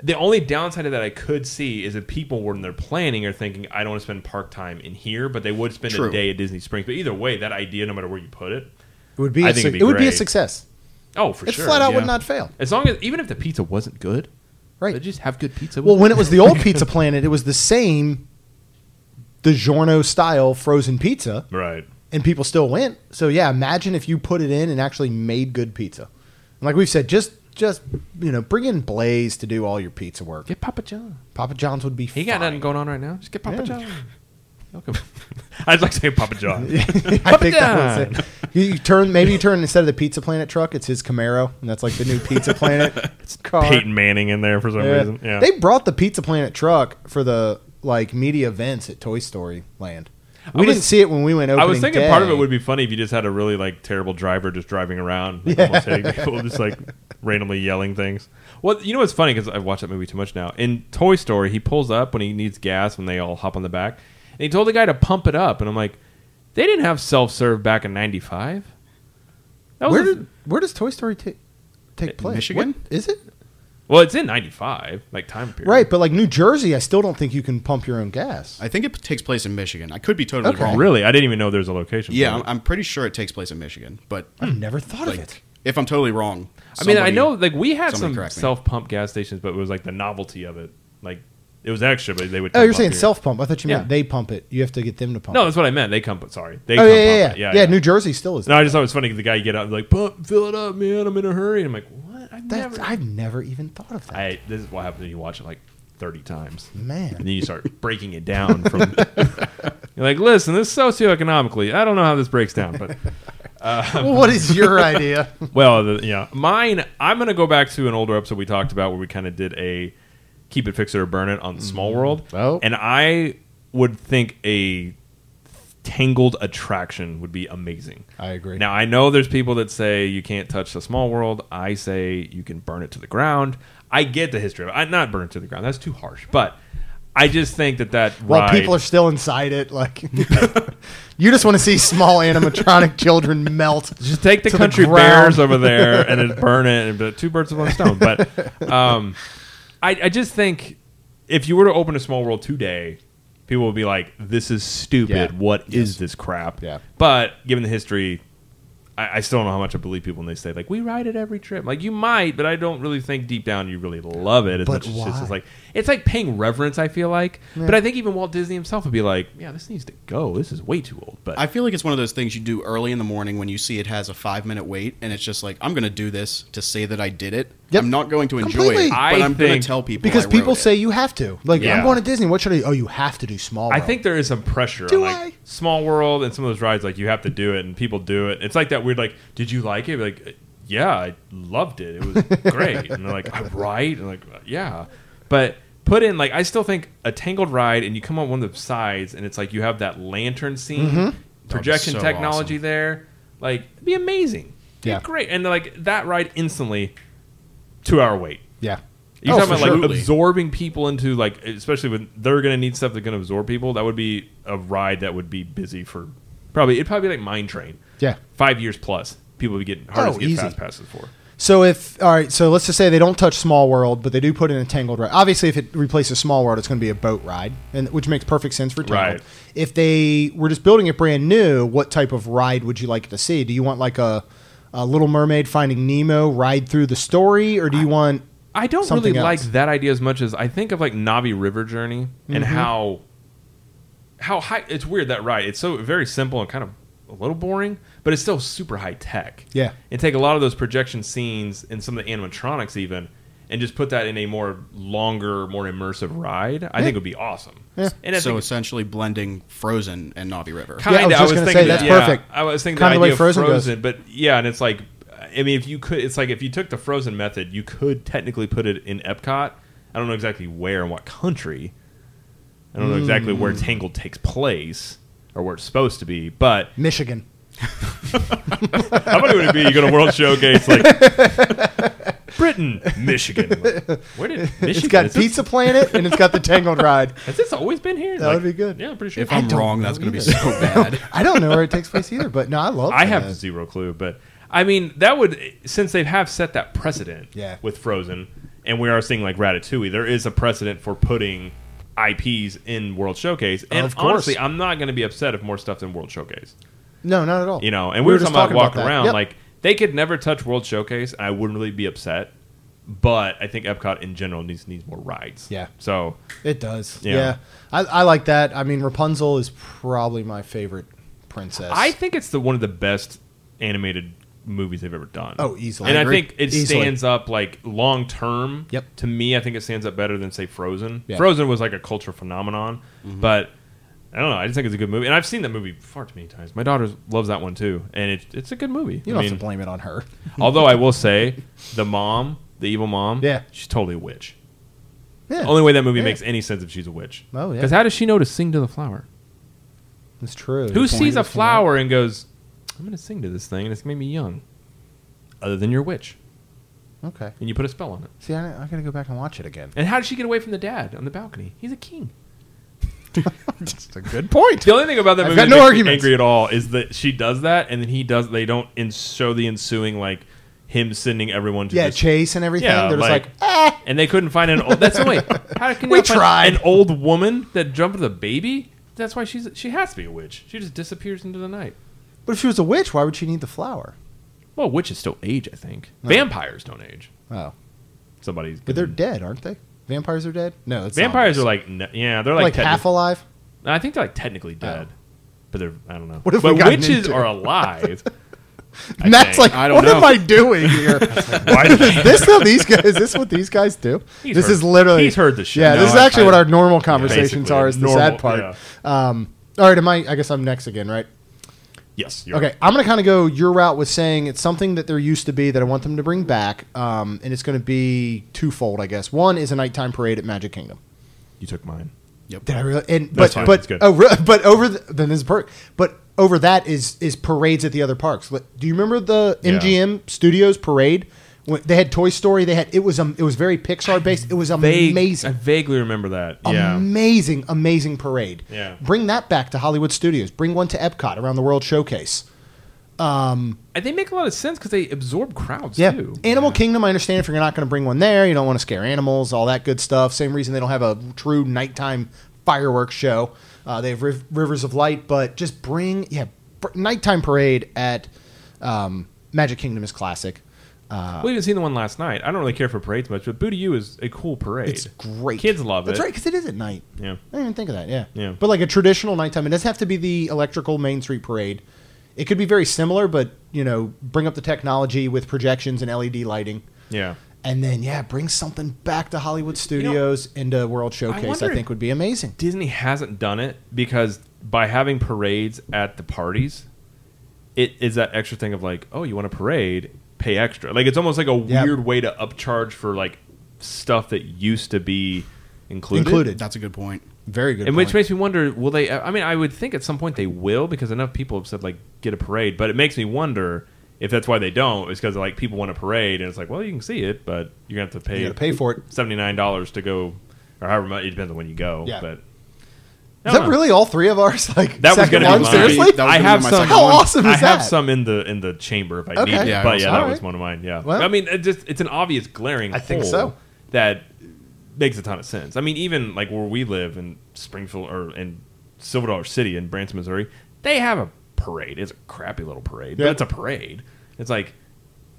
Speaker 1: The only downside of that I could see is if people were in their planning are thinking, I don't want to spend park time in here, but they would spend a
Speaker 3: True.
Speaker 1: day at Disney Springs. But either way, that idea, no matter where you put it,
Speaker 2: It would be.
Speaker 1: I
Speaker 2: a
Speaker 1: think
Speaker 2: su-
Speaker 1: it'd be
Speaker 2: it would be a
Speaker 1: great.
Speaker 2: success.
Speaker 1: oh for
Speaker 2: It
Speaker 1: sure,
Speaker 2: flat out
Speaker 3: yeah.
Speaker 2: would not fail.
Speaker 1: As long as even if the pizza wasn't good,
Speaker 2: Right.
Speaker 1: they just have good pizza. with
Speaker 2: Well, when it was the old Pizza Planet, it was the same DiGiorno style frozen pizza,
Speaker 1: right.
Speaker 2: and people still went. So yeah, imagine if you put it in and actually made good pizza. And like we've said, just just you know, bring in Blaze to do all your pizza work.
Speaker 1: Get Papa John.
Speaker 2: Papa John's would be.
Speaker 1: He got
Speaker 2: fine.
Speaker 1: nothing going on right now. Just get Papa
Speaker 2: Yeah.
Speaker 1: John. Welcome. I'd like to say Papa John.
Speaker 2: I think that was it. You, you turn maybe you turn instead of the Pizza Planet truck, it's his Camaro, and that's like the new Pizza Planet car.
Speaker 1: Peyton Manning in there for some
Speaker 2: Yeah.
Speaker 1: reason. Yeah.
Speaker 2: They brought the Pizza Planet truck for the like media events at Toy Story Land. We
Speaker 1: was-
Speaker 2: didn't see it when we went. Opening
Speaker 1: I was thinking
Speaker 2: day.
Speaker 1: part of it would be funny if you just had a really like terrible driver just driving around, like, almost hitting people, just like randomly yelling things. Well, you know what's funny because I've watched that movie too much now. In Toy Story, he pulls up when he needs gas when they all hop on the back, and he told the guy to pump it up, and I'm like, they didn't have self serve back in '95. That
Speaker 2: where
Speaker 1: was a-
Speaker 2: did, where does Toy Story take take place?
Speaker 3: Michigan?
Speaker 2: What- is it
Speaker 1: well, it's in '95, like time period.
Speaker 2: right? But like New Jersey, I still don't think you can pump your own gas.
Speaker 3: I think it takes place in Michigan. I could be totally
Speaker 2: Okay.
Speaker 3: wrong.
Speaker 1: Really, I didn't even know there was a location.
Speaker 3: Yeah,
Speaker 1: for
Speaker 3: I'm,
Speaker 1: it.
Speaker 3: I'm pretty sure it takes place in Michigan, but
Speaker 2: I've never thought of it.
Speaker 3: like if I'm totally wrong,
Speaker 1: I mean, I
Speaker 3: somebody-
Speaker 1: know like we had
Speaker 3: somebody
Speaker 1: some
Speaker 3: correct me.
Speaker 1: self pump gas stations, but it was like the novelty of it. Like It was extra, but they would.
Speaker 2: Oh,
Speaker 1: pump
Speaker 2: you're
Speaker 1: up
Speaker 2: saying
Speaker 1: here.
Speaker 2: self pump. I thought you meant
Speaker 1: Yeah.
Speaker 2: they pump it. You have to get them to pump
Speaker 1: No,
Speaker 2: it.
Speaker 1: that's what I meant. They come. sorry, they.
Speaker 2: Oh,
Speaker 1: come
Speaker 2: yeah, yeah, yeah.
Speaker 1: pump it.
Speaker 2: yeah, New Jersey still is.
Speaker 1: No, I just thought it was funny. 'cause The guy you get out like, pump, fill it up, man. I'm in a hurry. And I'm like, what? I've
Speaker 2: That-
Speaker 1: never.
Speaker 2: I've never even thought of that.
Speaker 1: I, this is what happens when you watch it like 30 times. And
Speaker 2: Man.
Speaker 1: then you start breaking it down from. you're like, listen, this socioeconomically, I don't know how this breaks down, but
Speaker 2: Well, what is your idea?
Speaker 1: well, the, yeah, mine. I'm gonna go back to an older episode we talked about where we kind of did a keep it, fix it, or burn it on Small World.
Speaker 2: Oh.
Speaker 1: and I would think a tangled attraction would be amazing.
Speaker 2: I agree.
Speaker 1: Now I know there's people that say you can't touch the small world. I say you can burn it to the ground. I get the history of it. I not burn it to the ground. That's too harsh. But I just think that that
Speaker 2: While
Speaker 1: ride,
Speaker 2: people are still inside it, like you just want to see small animatronic children melt.
Speaker 1: just take the
Speaker 2: to the
Speaker 1: country
Speaker 2: ground.
Speaker 1: bears over there and then burn it and put two birds with one stone. But um, I, I just think if you were to open a small world today, people would be like, "This is stupid.
Speaker 2: Yeah.
Speaker 1: What is this crap?"
Speaker 2: Yeah.
Speaker 1: But given the history, I, I still don't know how much I believe people when they say like, "We ride it every trip." Like you might, but I don't really think deep down you really love it as
Speaker 2: But
Speaker 1: much as it's
Speaker 2: why?
Speaker 1: just like it's like paying reverence. I feel like,
Speaker 2: Yeah.
Speaker 1: but I think even Walt Disney himself would be like, "Yeah, this needs to go. This is way too old." But
Speaker 3: I feel like it's one of those things you do early in the morning when you see it has a five minute wait, and it's just like I'm going to do this to say that I did it.
Speaker 2: Yep.
Speaker 3: I'm not going to enjoy
Speaker 2: Completely.
Speaker 3: it, but
Speaker 1: I
Speaker 3: I'm going
Speaker 1: think-
Speaker 3: to tell people
Speaker 2: Because
Speaker 3: I
Speaker 2: people
Speaker 3: wrote it.
Speaker 2: say you have to. Like,
Speaker 1: Yeah.
Speaker 2: I'm going to Disney. What should I do? Oh, you have to do small.
Speaker 1: I
Speaker 2: World.
Speaker 1: think there is some pressure
Speaker 2: Do
Speaker 1: on like
Speaker 2: I?
Speaker 1: Small World and some of those rides. Like you have to do it, and people do it. It's like that weird. Like, did you like it? Like, yeah, I loved it. It was great. And they're like, I'm right. And like, yeah. But put in like I still think a Tangled ride, and you come on one of the sides, and it's like you have that lantern scene,
Speaker 2: Mm-hmm.
Speaker 1: projection
Speaker 3: so
Speaker 1: technology
Speaker 3: awesome.
Speaker 1: there. Like, it'd be amazing. It'd
Speaker 2: Yeah.
Speaker 1: be great. And like that ride instantly, two hour wait.
Speaker 2: Yeah.
Speaker 1: You
Speaker 2: Oh,
Speaker 1: talking
Speaker 2: for
Speaker 1: about like
Speaker 3: sure.
Speaker 1: absorbing people into like, especially when they're going to need stuff that's going to absorb people. That would be a ride that would be busy for probably it'd probably be like Mine Train.
Speaker 2: Yeah.
Speaker 1: five years plus, people would be getting hard
Speaker 2: Oh,
Speaker 1: to get
Speaker 2: easy.
Speaker 1: fast passes for.
Speaker 2: So if all right, so let's just say they don't touch Small World, but they do put in a Tangled ride. Obviously, if it replaces Small World, it's going to be a boat ride, and which makes perfect sense for Tangled.
Speaker 1: Right.
Speaker 2: If they were just building it brand new, what type of ride would you like to see? Do you want like a, a Little Mermaid Finding Nemo ride through the story, or do you want?
Speaker 1: I don't
Speaker 2: Something
Speaker 1: really like
Speaker 2: else.
Speaker 1: that idea as much as I think of like Navi River Journey and
Speaker 2: Mm-hmm.
Speaker 1: how how high. It's weird that ride. It's so very simple and kind of a little boring, but it's still super high tech.
Speaker 2: Yeah.
Speaker 1: and take a lot of those projection scenes and some of the animatronics even, and just put that in a more longer, more immersive ride. I think would be awesome.
Speaker 2: Yeah.
Speaker 1: And I
Speaker 3: so
Speaker 1: think
Speaker 3: essentially blending Frozen and Navi River.
Speaker 1: Kind
Speaker 2: Yeah, I was
Speaker 1: of. I was,
Speaker 2: just gonna
Speaker 1: thinking
Speaker 2: say,
Speaker 1: that-
Speaker 2: that's
Speaker 1: yeah,
Speaker 2: perfect.
Speaker 1: I was thinking
Speaker 2: Kinda
Speaker 1: the
Speaker 2: the way
Speaker 1: idea of
Speaker 2: Frozen
Speaker 1: Frozen,
Speaker 2: goes.
Speaker 1: but yeah, and it's like, I mean, if you could, it's like if you took the Frozen method, you could technically put it in Epcot. I don't know exactly where and what country. I don't know exactly where
Speaker 2: Hmm.
Speaker 1: Tangled takes place or where it's supposed to be, but
Speaker 2: Michigan.
Speaker 1: how funny would it be? You go to World Showcase, like Britain, Michigan. Like, where did Michigan?
Speaker 2: It's got
Speaker 1: is this-
Speaker 2: Pizza Planet and it's got the Tangled ride.
Speaker 1: Has this always been here?
Speaker 2: That would be good.
Speaker 1: Yeah, I'm pretty sure.
Speaker 3: if I'm
Speaker 2: don't
Speaker 3: wrong, that's
Speaker 2: know
Speaker 3: going to
Speaker 2: either.
Speaker 3: be so bad.
Speaker 2: I don't know where it takes place either, but no, I love.
Speaker 1: I
Speaker 2: that.
Speaker 1: have zero clue, but I mean that would since they have set that precedent
Speaker 2: Yeah.
Speaker 1: with Frozen, and we are seeing like Ratatouille. There is a precedent for putting IPs in World Showcase, and
Speaker 2: Of course.
Speaker 1: honestly, I'm not going to be upset if more stuff's in World Showcase.
Speaker 2: no, not at all.
Speaker 1: You know, and we, were,
Speaker 2: just
Speaker 1: talking about walking
Speaker 2: that.
Speaker 1: around
Speaker 2: Yep.
Speaker 1: like they could never touch World Showcase, and I wouldn't really be upset. But I think Epcot in general needs needs more rides.
Speaker 2: Yeah.
Speaker 1: So
Speaker 2: It does.
Speaker 1: Yeah.
Speaker 2: Yeah. I, I like that. I mean, Rapunzel is probably my favorite princess.
Speaker 1: I think it's the one of the best animated movies they've ever done.
Speaker 2: Oh, easily.
Speaker 1: And
Speaker 2: I
Speaker 1: I,
Speaker 2: agree.
Speaker 1: think it
Speaker 2: Easily.
Speaker 1: stands up like long term.
Speaker 2: Yep.
Speaker 1: To me, I think it stands up better than say Frozen.
Speaker 2: Yeah. Mm-hmm.
Speaker 1: Frozen was like a cultural phenomenon, but I don't know. I just think it's a good movie, and I've seen that movie far too many times. My daughter loves that one too, and it's it's a good movie. I
Speaker 2: you don't
Speaker 1: mean,
Speaker 2: have to blame it on her.
Speaker 1: although I will say, the mom, the evil mom,
Speaker 2: Yeah.
Speaker 1: she's totally a witch.
Speaker 2: Yeah,
Speaker 1: Only way that movie
Speaker 2: Yeah.
Speaker 1: makes any sense if she's a witch.
Speaker 2: Oh, yeah.
Speaker 1: Because how does she know to sing to the flower?
Speaker 2: it's true.
Speaker 1: Who sees a
Speaker 2: That's
Speaker 1: flower and goes, I'm going to sing to this thing and it's made me young? Other than your witch.
Speaker 2: right. Okay.
Speaker 1: And you put a spell on it.
Speaker 2: See, I, I gotta go back and watch it again.
Speaker 1: And how did she get away from the dad on the balcony? He's a king.
Speaker 2: That's a good point.
Speaker 1: The only thing about that
Speaker 2: I've
Speaker 1: movie
Speaker 2: got
Speaker 1: that
Speaker 2: no
Speaker 1: makes me
Speaker 2: arguments.
Speaker 1: angry at all is that she does that and then he does, they don't in- show the ensuing, like, him sending everyone to
Speaker 2: Yeah,
Speaker 1: this-
Speaker 2: Chase and everything.
Speaker 1: Yeah,
Speaker 2: They're just
Speaker 1: like-
Speaker 2: like, ah,
Speaker 1: And they couldn't find an old. That's the way. How can you
Speaker 2: We
Speaker 1: not find
Speaker 2: tried.
Speaker 1: an old woman that jumped with a baby? That's why she's she has to be a witch. She just disappears into the night.
Speaker 2: but if she was a witch, why would she need the flower?
Speaker 1: Well, witches still age, I think.
Speaker 2: No.
Speaker 1: Vampires don't age.
Speaker 2: Oh,
Speaker 1: Somebody's.
Speaker 2: but they're
Speaker 1: gonna-
Speaker 2: dead, aren't they? Vampires are dead. No, that's not-
Speaker 1: Vampires are like, n- yeah, they're like,
Speaker 2: like,
Speaker 1: techni-
Speaker 2: half alive.
Speaker 1: I think they're like technically dead, but they're I don't know.
Speaker 2: What have we
Speaker 1: but
Speaker 2: gotten
Speaker 1: witches
Speaker 2: into?
Speaker 1: are alive. I
Speaker 2: And that's
Speaker 1: think.
Speaker 2: like,
Speaker 3: I don't
Speaker 2: what
Speaker 3: know.
Speaker 2: am I doing here? is
Speaker 1: why did I-
Speaker 2: this how these guys? Is this what these guys do?
Speaker 1: He's
Speaker 2: this
Speaker 1: heard-
Speaker 2: is literally.
Speaker 1: he's heard the shit.
Speaker 2: Yeah,
Speaker 3: No,
Speaker 2: this is
Speaker 3: I-
Speaker 2: actually
Speaker 3: I-
Speaker 2: what our normal conversations
Speaker 1: basically,
Speaker 2: are. Is the
Speaker 1: normal-
Speaker 2: sad part. Um, all right, am I? I guess I'm next again, right?
Speaker 1: yes. You're
Speaker 2: Okay, I'm gonna kind of go your route with saying it's something that there used to be that I want them to bring back, um, and it's gonna be twofold, I guess. One is a nighttime parade at Magic Kingdom.
Speaker 1: You took mine.
Speaker 3: Yep.
Speaker 2: Did I really? And
Speaker 1: That's
Speaker 2: but
Speaker 1: fine. That's good.
Speaker 2: but oh, re- but over the, then this is perk. But over that is is parades at the other parks. Like, Do you remember the
Speaker 1: Yeah.
Speaker 2: MGM Studios parade? When they had Toy Story. They had it was um it was very Pixar based. It was
Speaker 1: Vague, I
Speaker 2: amazing.
Speaker 1: vaguely remember that. Yeah.
Speaker 2: Amazing, amazing parade.
Speaker 1: Yeah.
Speaker 2: Bring that back to Hollywood Studios. Bring one to Epcot around the World Showcase.
Speaker 1: And they make a lot of sense because they absorb crowds
Speaker 2: Yeah.
Speaker 1: too.
Speaker 2: Animal Kingdom, I understand if you're not going to bring one there, you don't want to scare animals, all that good stuff. Same reason they don't have a true nighttime fireworks show. Uh, they have riv- Rivers of Light, but just bring, yeah, br- nighttime parade at um, Magic Kingdom is classic. Uh,
Speaker 1: we even seen the one last night. I don't really care for parades much, but Boo to You is a cool parade.
Speaker 2: it's great.
Speaker 1: Kids love
Speaker 2: That's
Speaker 1: it.
Speaker 2: right, because it is at night.
Speaker 1: Yeah.
Speaker 2: I didn't even think of that. Yeah.
Speaker 1: Yeah.
Speaker 2: But like a traditional nighttime, it doesn't have to be the electrical Main Street parade. It could be very similar, but you know, bring up the technology with projections and LED lighting.
Speaker 1: Yeah.
Speaker 2: And then yeah, bring something back to Hollywood Studios into World Showcase. I,
Speaker 1: wonder
Speaker 2: think
Speaker 1: if-
Speaker 2: would be amazing.
Speaker 1: Disney hasn't done it because by having parades at the parties, it is that extra thing of like, oh, you want a parade, pay extra. Like it's almost like a
Speaker 2: Yeah.
Speaker 1: weird way to upcharge for like stuff that used to be included.
Speaker 2: Included.
Speaker 3: That's a good point.
Speaker 2: Very good.
Speaker 1: And
Speaker 2: point.
Speaker 1: which makes me wonder, will they? I mean, I would think at some point they will because enough people have said like get a parade, but it makes me wonder if that's why they don't. Is because like people want a parade, and it's like, well, you can see it, but you're gonna have to pay
Speaker 2: You gotta pay for it.
Speaker 1: seventy nine dollars to go, or however much it depends on when you go.
Speaker 2: Yeah.
Speaker 1: But I
Speaker 2: is
Speaker 1: don't
Speaker 2: that
Speaker 1: know.
Speaker 2: really all three of ours? Like
Speaker 1: That was going
Speaker 2: second
Speaker 1: to
Speaker 2: one?
Speaker 1: be mine.
Speaker 2: seriously.
Speaker 3: That was
Speaker 1: I
Speaker 3: gonna be
Speaker 1: have
Speaker 3: my
Speaker 1: some.
Speaker 3: second How one.
Speaker 2: awesome
Speaker 1: I
Speaker 2: is
Speaker 1: have
Speaker 2: that?
Speaker 1: some in the in the chamber if I
Speaker 2: Okay.
Speaker 1: need it.
Speaker 2: Yeah,
Speaker 1: but yeah, that
Speaker 2: alright.
Speaker 1: was one of mine. Yeah,
Speaker 2: Well-
Speaker 1: I mean, it just it's an obvious glaring.
Speaker 2: I think
Speaker 1: hole
Speaker 2: so.
Speaker 1: That makes a ton of sense. I mean, even like where we live in Springfield or in Silver Dollar City in Branson, Missouri, they have a parade. It's a crappy little parade,
Speaker 2: Yeah.
Speaker 1: but it's a parade. It's like.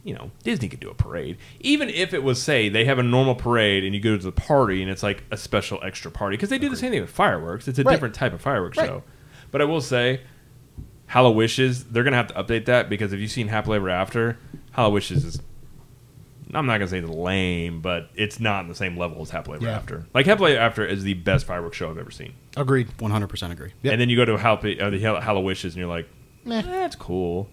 Speaker 1: You know, Disney could do a parade. Even if it was, say, they have a normal parade and you go to the party and it's like a special extra party. Because they do the same thing with fireworks. It's a
Speaker 2: Right.
Speaker 1: different type of fireworks
Speaker 2: Right.
Speaker 1: show. But I will say, Hallow Wishes, they're gonna have to update that because if you've seen Happily Ever After, Hallow Wishes is I'm not gonna say it's lame, but it's not on the same level as Happily Ever
Speaker 2: Yeah.
Speaker 1: After. Like Happily Ever After is the best fireworks show I've ever seen.
Speaker 2: Agreed.
Speaker 3: 100% agree.
Speaker 2: Yep.
Speaker 1: And then you go to Happy or the Hall- Hallow Wishes and you're like,
Speaker 2: Meh.
Speaker 1: that's cool,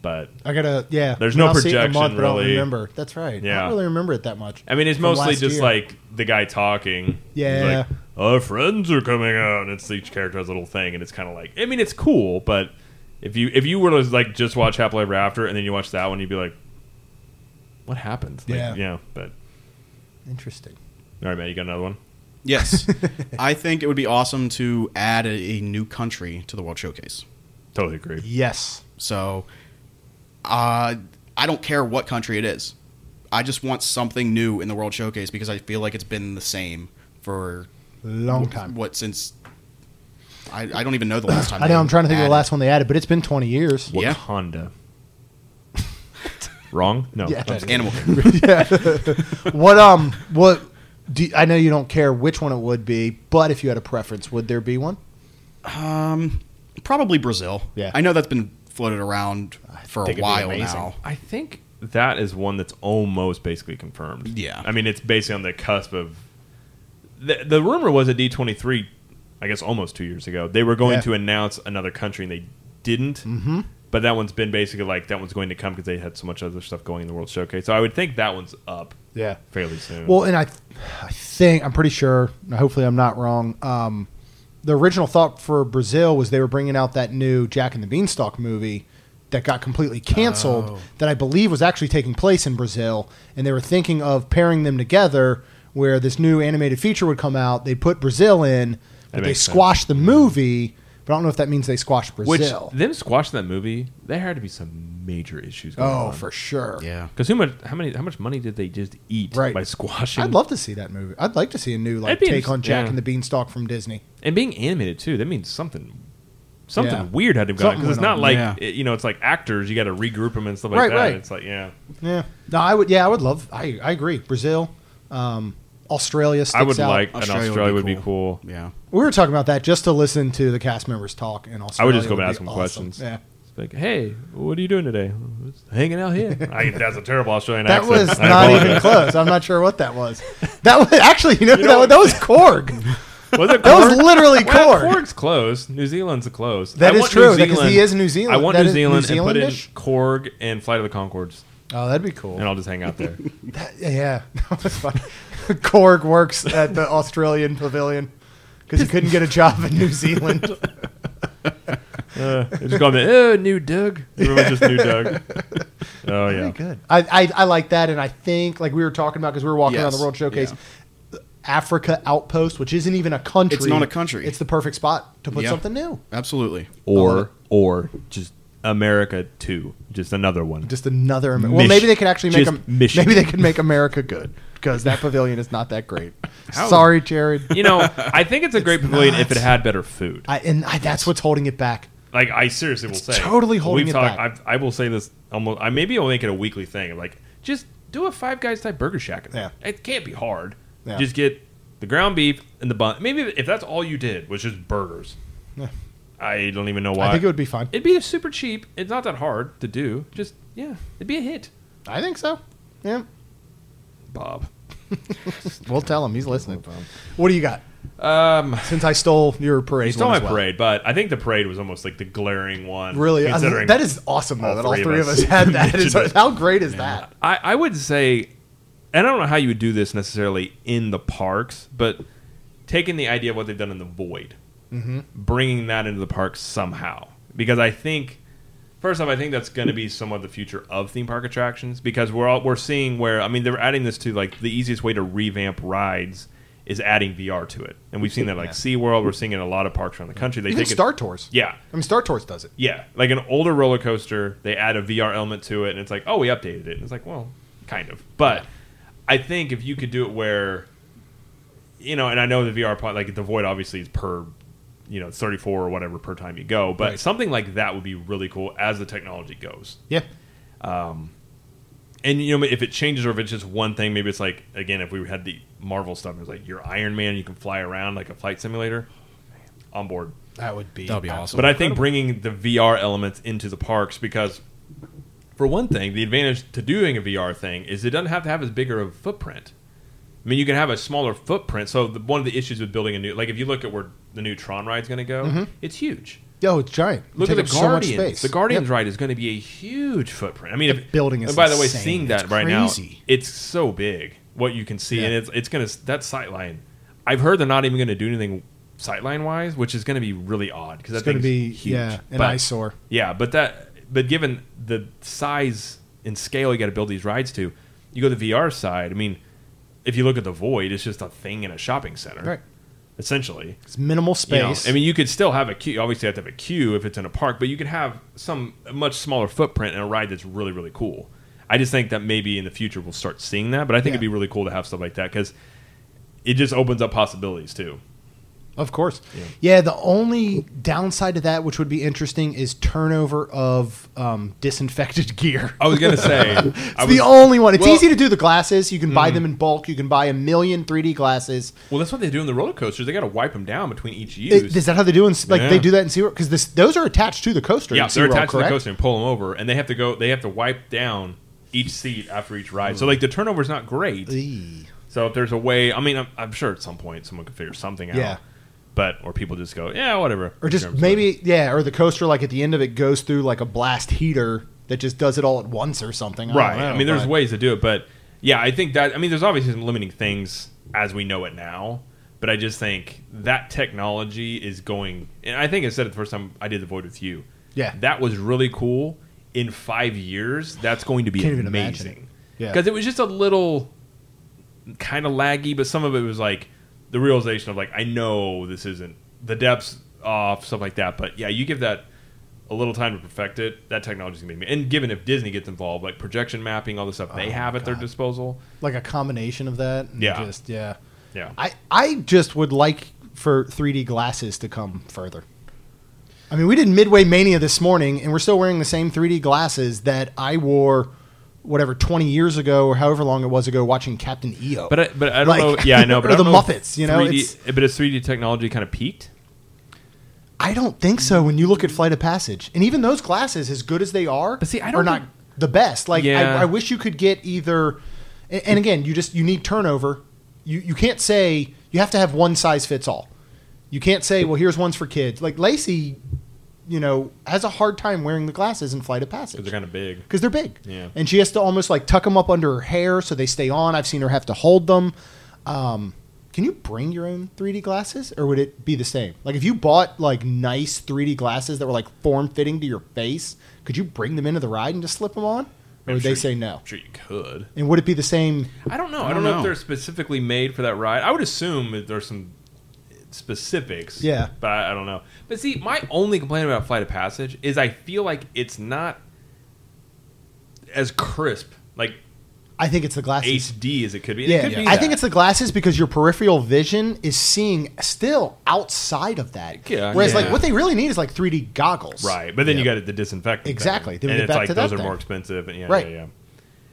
Speaker 1: but
Speaker 2: I gotta yeah.
Speaker 1: There's
Speaker 2: I mean,
Speaker 1: no
Speaker 2: I'll see it in a
Speaker 1: projection,
Speaker 2: month, but I don't
Speaker 1: really.
Speaker 2: remember. That's right. I
Speaker 1: Yeah.
Speaker 2: don't really remember it that much.
Speaker 1: I mean, it's
Speaker 2: From
Speaker 1: mostly
Speaker 2: last
Speaker 1: just
Speaker 2: year.
Speaker 1: like the guy talking. He's
Speaker 2: Yeah.
Speaker 1: like, Our friends are coming out, and it's each character has a little thing, and it's kind of like, I mean, it's cool, but if you if you were to like just watch Happily Ever After, and then you watch that one, you'd be like, what happened? Like,
Speaker 2: Yeah.
Speaker 1: yeah. But
Speaker 2: interesting.
Speaker 1: all right, man, you got another one.
Speaker 3: Yes. I think it would be awesome to add a, a new country to the World Showcase.
Speaker 1: Totally agree.
Speaker 2: Yes.
Speaker 3: So uh, I don't care what country it is. I just want something new in the World Showcase because I feel like it's been the same for
Speaker 2: Long time.
Speaker 3: what since I, I don't even know the last time.
Speaker 2: I know. I'm trying to think of the
Speaker 3: added-
Speaker 2: last one they added, but it's been 20 years.
Speaker 3: Yeah.
Speaker 1: Wakanda. Wrong? No.
Speaker 2: Yeah.
Speaker 1: I'm just-
Speaker 3: Animal.
Speaker 2: what um what do I know you don't care which one it would be, but if you had a preference, would there be one?
Speaker 3: Um, probably Brazil.
Speaker 2: Yeah.
Speaker 3: I know that's been floated around for a
Speaker 2: think it'd be
Speaker 3: while
Speaker 2: amazing.
Speaker 3: now.
Speaker 1: I think that is one that's almost basically confirmed.
Speaker 3: Yeah.
Speaker 1: I mean, it's basically on the cusp of. The, the rumor was at D23, I guess almost two years ago, they were going
Speaker 2: Yeah.
Speaker 1: to announce another country and they didn't. Mm-hmm. But that one's been basically like that one's going to come because they had so much other stuff going in the World Showcase. So I would think that one's up
Speaker 2: Yeah.
Speaker 1: fairly soon.
Speaker 2: Well, and I I think I'm pretty sure. Hopefully, I'm not wrong. Um, the original thought for Brazil was they were bringing out that new Jack and the Beanstalk movie that got completely canceled.
Speaker 1: Oh.
Speaker 2: That I believe was actually taking place in Brazil, and they were thinking of pairing them together, where this new animated feature would come out. They put Brazil in, but they
Speaker 1: makes sense. Mm.
Speaker 2: squashed the movie. But I don't know if that means they squashed
Speaker 1: Which,
Speaker 2: Brazil.
Speaker 1: them squashing that movie, there had to be some major issues going on.
Speaker 2: Oh, for sure.
Speaker 3: Yeah.
Speaker 1: Because how much, how many, how much money did they just eat
Speaker 2: Right.
Speaker 1: by squashing?
Speaker 2: I'd love to see that movie. I'd like to see a new like
Speaker 1: That'd be
Speaker 2: take on
Speaker 1: interest-
Speaker 2: Jack
Speaker 1: yeah.
Speaker 2: and the Beanstalk from Disney.
Speaker 1: and being animated too. That means something, something
Speaker 2: Yeah.
Speaker 1: weird had to go
Speaker 2: Something
Speaker 1: because it's
Speaker 2: went
Speaker 1: not
Speaker 2: on.
Speaker 1: like
Speaker 3: Yeah.
Speaker 1: it- you know, it's like actors. You got to regroup them and stuff like
Speaker 2: Right,
Speaker 1: that.
Speaker 2: right.
Speaker 1: It's like yeah,
Speaker 2: Yeah. No, I would. Yeah, I would love. I I agree. Brazil. Um, Australia sticks
Speaker 1: I would
Speaker 2: out.
Speaker 1: like
Speaker 3: Australia
Speaker 1: an
Speaker 3: would
Speaker 1: Australia
Speaker 3: be
Speaker 1: would be cool.
Speaker 3: cool. Yeah.
Speaker 2: We were talking about that just to listen to the cast members talk in Australia.
Speaker 1: just go and
Speaker 2: would
Speaker 1: ask
Speaker 2: be
Speaker 1: them
Speaker 2: awesome.
Speaker 1: questions.
Speaker 2: Yeah.
Speaker 1: It's like, hey, what are you doing today? Just hanging out here. I, that's a terrible Australian
Speaker 2: That
Speaker 1: accent.
Speaker 2: was
Speaker 1: I
Speaker 2: not
Speaker 1: apologize.
Speaker 2: even close. I'm not sure what that was. That was actually, you know,
Speaker 1: know
Speaker 2: that, that was Korg.
Speaker 1: Was it
Speaker 2: That was
Speaker 1: Cork?
Speaker 2: literally
Speaker 1: Well,
Speaker 2: Korg.
Speaker 1: Korg's close. New Zealand's close.
Speaker 2: That
Speaker 1: I
Speaker 2: is
Speaker 1: want
Speaker 2: true,
Speaker 1: New
Speaker 2: because
Speaker 1: Zealand-
Speaker 2: he is New Zealand.
Speaker 1: I want
Speaker 2: That
Speaker 1: New
Speaker 2: is New
Speaker 1: Zealand and put in
Speaker 2: Zealandish?
Speaker 1: Korg and Flight of the Concords,
Speaker 2: Oh, that'd be cool.
Speaker 1: and I'll just hang out there.
Speaker 2: Yeah, that was funny. Korg works at the Australian pavilion because he couldn't get a job in New Zealand.
Speaker 1: uh, they just call me, oh, new Doug. Everyone's just new Doug. Oh yeah,
Speaker 2: Very good. I, I I like that, and I think like we were talking about because we were walking around the
Speaker 3: Yes,
Speaker 2: World Showcase. Africa Outpost, which isn't even a country.
Speaker 3: It's not a country.
Speaker 2: It's the perfect spot to put
Speaker 3: Yeah.
Speaker 2: something new.
Speaker 3: Absolutely.
Speaker 1: Or or just America two, just another one.
Speaker 2: Just another. Amer- well,
Speaker 1: Mission.
Speaker 2: maybe they could actually make
Speaker 1: Just
Speaker 2: them.
Speaker 1: mission.
Speaker 2: Maybe they could make America good because that pavilion is not that great.
Speaker 1: How-
Speaker 2: Sorry, Jared.
Speaker 1: you know, I think it's a great pavilion if it had better food.
Speaker 2: I, and I, that's what's holding it back.
Speaker 1: Like I seriously will say,
Speaker 2: totally holding
Speaker 1: we've
Speaker 2: it
Speaker 1: talked-
Speaker 2: back.
Speaker 1: I, I will say this almost. I maybe I'll make it a weekly thing. Like just do a Five Guys type Burger Shack. in there. it can't be hard.
Speaker 2: Yeah.
Speaker 1: Just get the ground beef and the bun. Maybe if that's all you did was just burgers.
Speaker 2: Yeah.
Speaker 1: I don't even know why.
Speaker 2: I think it would be fun.
Speaker 1: It'd be super cheap. It's not that hard to do. Just yeah, it'd be a hit.
Speaker 2: I think so. Yeah,
Speaker 1: Bob.
Speaker 2: we'll tell him. He's listening. What do you got?
Speaker 1: Um,
Speaker 2: Since I stole your parade,
Speaker 1: you stole
Speaker 2: one
Speaker 1: my
Speaker 2: as well.
Speaker 1: parade, but I think the parade was almost like the glaring one.
Speaker 2: Really, I-
Speaker 1: considering
Speaker 2: that is awesome though.
Speaker 1: all
Speaker 2: That all
Speaker 1: three of
Speaker 2: three of
Speaker 1: us
Speaker 2: us had that. It's-
Speaker 1: mentioned it.
Speaker 2: how great is that?
Speaker 1: I, I would say, and I don't know how you would do this necessarily in the parks, but taking the idea of what they've done in the void,
Speaker 2: Mm-hmm.
Speaker 1: bringing that into the parks somehow. Because I think, first off, I think that's going to be some of the future of theme park attractions because we're all, we're seeing where I mean they're adding this to like the easiest way to revamp rides is adding VR to it, and we've seen that like SeaWorld, we're seeing it in a lot of parks around the country. They
Speaker 2: Even
Speaker 1: take it-
Speaker 2: Star Tours.
Speaker 1: yeah,
Speaker 2: I mean, Star Tours does it.
Speaker 1: yeah, like an older roller coaster, they add a VR element to it, and it's like, oh, we updated it. And it's like, well, kind of. But I think if you could do it where, you know, and I know the VR part, like the void obviously is per, you know, 34 or whatever per time you go, but
Speaker 2: Right.
Speaker 1: something like that would be really cool as the technology goes.
Speaker 2: Yeah,
Speaker 1: And, you know, if it changes or if it's just one thing, maybe it's like, again, if we had the Marvel stuff, it was like, you're Iron Man, you can fly around like a flight simulator on board.
Speaker 2: that would be.
Speaker 3: That'd be awesome.
Speaker 1: But I think bringing the VR elements into the parks because, for one thing, the advantage to doing a VR thing is it doesn't have to have as bigger of a footprint. I mean, you can have a smaller footprint. So the, one of the issues with building a new, like if you look at where the new Tron ride's going to go, it's huge.
Speaker 2: Yo, it's giant. You
Speaker 1: Look at
Speaker 2: take
Speaker 1: the
Speaker 2: up
Speaker 1: Guardians.
Speaker 2: so much space.
Speaker 1: The Guardians
Speaker 2: Yep.
Speaker 1: ride is going to be a huge footprint. I mean,
Speaker 2: The
Speaker 1: if,
Speaker 2: building is
Speaker 1: And by the way,
Speaker 2: insane.
Speaker 1: seeing that
Speaker 2: It's
Speaker 1: right now,
Speaker 2: crazy.
Speaker 1: it's so big. What you can see,
Speaker 2: Yeah.
Speaker 1: and it's it's going to that sight line. I've heard they're not even going to do anything sight line wise, which is going to be really odd because
Speaker 2: It's
Speaker 1: that's
Speaker 2: going
Speaker 1: going
Speaker 2: to be
Speaker 1: huge.
Speaker 2: yeah an
Speaker 1: But-
Speaker 2: eyesore.
Speaker 1: yeah, but that but given the size and scale you got to build these rides to, you go to the VR side. I mean, if you look at the Void, it's just a thing in a shopping center,
Speaker 2: Right.
Speaker 1: Essentially,
Speaker 2: It's minimal
Speaker 1: You know,
Speaker 2: space.
Speaker 1: I mean, you could still have a queue. Obviously, you have to have a queue if it's in a park, but you could have some a much smaller footprint and a ride that's really really cool. I just think that maybe in the future we'll start seeing that, but I think
Speaker 2: Yeah.
Speaker 1: it'd be really cool to have stuff like that because it just opens up possibilities too.
Speaker 2: Of course. Yeah. the only downside to that, which would be interesting, is turnover of um, disinfected gear.
Speaker 1: I was gonna say, Oh, I
Speaker 2: It's
Speaker 1: was, Mm-hmm.
Speaker 2: the only one. It's
Speaker 3: Well-
Speaker 2: easy to do the glasses. You can buy them in bulk. You can buy a million 3D glasses.
Speaker 1: well, that's what they do in the roller coasters. They got to wipe them down between each
Speaker 2: Is,
Speaker 1: use.
Speaker 2: is that how they do? In, like
Speaker 1: Yeah.
Speaker 2: they do that in SeaWorld because this those are attached to the coaster.
Speaker 1: Yeah,
Speaker 2: in
Speaker 1: they're
Speaker 2: SeaWorld,
Speaker 1: attached to the
Speaker 2: correct?
Speaker 1: coaster and pull them over, and they have to go. They have to wipe down each seat after each ride.
Speaker 2: Hmm.
Speaker 1: So like the turnover's not great.
Speaker 2: Eee.
Speaker 1: So if there's a way, I mean, I'm, I'm sure at some point someone could figure something out.
Speaker 2: Yeah.
Speaker 1: But or people just go, yeah, whatever.
Speaker 2: Or just
Speaker 1: Whatever.
Speaker 2: maybe yeah, or the coaster like at the end of it goes through like a blast heater that just does it all at once or something. I don't
Speaker 1: right.
Speaker 2: know,
Speaker 1: I mean, there's
Speaker 2: but-
Speaker 1: ways to do it, but yeah, I think that. I mean, there's obviously some limiting things as we know it now. But I just think that technology is going, and I think I said it the first time I did the void with you.
Speaker 2: Yeah.
Speaker 1: that was really cool. In five years, that's going to be
Speaker 2: Can't even imagine
Speaker 1: amazing.
Speaker 2: it. Yeah.
Speaker 1: because it was just a little kind of laggy, but some of it was like the realization of like I know this isn't the depths off stuff like that. But yeah, you give that a little time to perfect it. That technology's gonna be and given if Disney gets involved, like projection mapping, all the stuff they have at their disposal.
Speaker 2: like a combination of that. and
Speaker 1: Yeah.
Speaker 2: just yeah.
Speaker 1: Yeah,
Speaker 2: I I just would like for 3D glasses to come further. I mean, we did Midway Mania this morning, and we're still wearing the same 3D glasses that I wore whatever twenty years ago or however long it was ago watching Captain EO.
Speaker 1: But I, but I don't
Speaker 2: Like-
Speaker 1: know. Yeah, I know. But
Speaker 2: or
Speaker 1: I don't
Speaker 2: the
Speaker 1: know if
Speaker 2: Muppets, you know,
Speaker 1: 3D,
Speaker 2: it's-
Speaker 1: but its 3D technology kind of peaked.
Speaker 2: I don't think so. When you look at Flight of Passage, and even those glasses, as good as they are,
Speaker 1: But see, I
Speaker 2: are
Speaker 1: don't
Speaker 2: not
Speaker 1: think-
Speaker 2: the best. Like
Speaker 1: Yeah.
Speaker 2: I, I wish you could get either. And, and again, you just you need turnover. You you can't say you have to have one size fits all. You can't say, well, here's one's for kids. Like Lacey, you know, has a hard time wearing the glasses in Flight of Passage
Speaker 1: Because they're kind of big.
Speaker 2: because they're big.
Speaker 1: Yeah.
Speaker 2: And she has to almost like tuck them up under her hair so they stay on. I've seen her have to hold them. Um, can you bring your own 3D glasses or would it be the same? Like if you bought like nice 3D glasses that were like form fitting to your face, could you bring them into the ride and just slip them on? Or would they say no?
Speaker 1: I'm sure you could.
Speaker 2: And would it be the same?
Speaker 1: I don't know. I
Speaker 3: I
Speaker 1: don't,
Speaker 3: don't
Speaker 1: know. if
Speaker 3: know.
Speaker 1: they're specifically made for that ride. I would assume that there's some specifics.
Speaker 2: Yeah.
Speaker 1: But I, I don't know. But see, my only complaint about Flight of Passage is I feel like it's not as crisp, like
Speaker 2: I think it's the glasses.
Speaker 1: HD as it could be. And
Speaker 2: Yeah,
Speaker 1: it could be
Speaker 2: I
Speaker 1: that.
Speaker 2: think it's the glasses because your peripheral vision is seeing still outside of that.
Speaker 1: Yeah,
Speaker 2: Whereas, like,
Speaker 1: yeah.
Speaker 2: what they really need is like 3D goggles.
Speaker 1: Right, but then you
Speaker 3: Yeah.
Speaker 1: got the disinfectant. thing.
Speaker 2: Exactly. Then we
Speaker 1: and
Speaker 2: get
Speaker 1: it's
Speaker 2: back
Speaker 1: like
Speaker 2: to that
Speaker 1: those are
Speaker 2: thing.
Speaker 1: more expensive. And yeah,
Speaker 2: Right.
Speaker 1: yeah, yeah.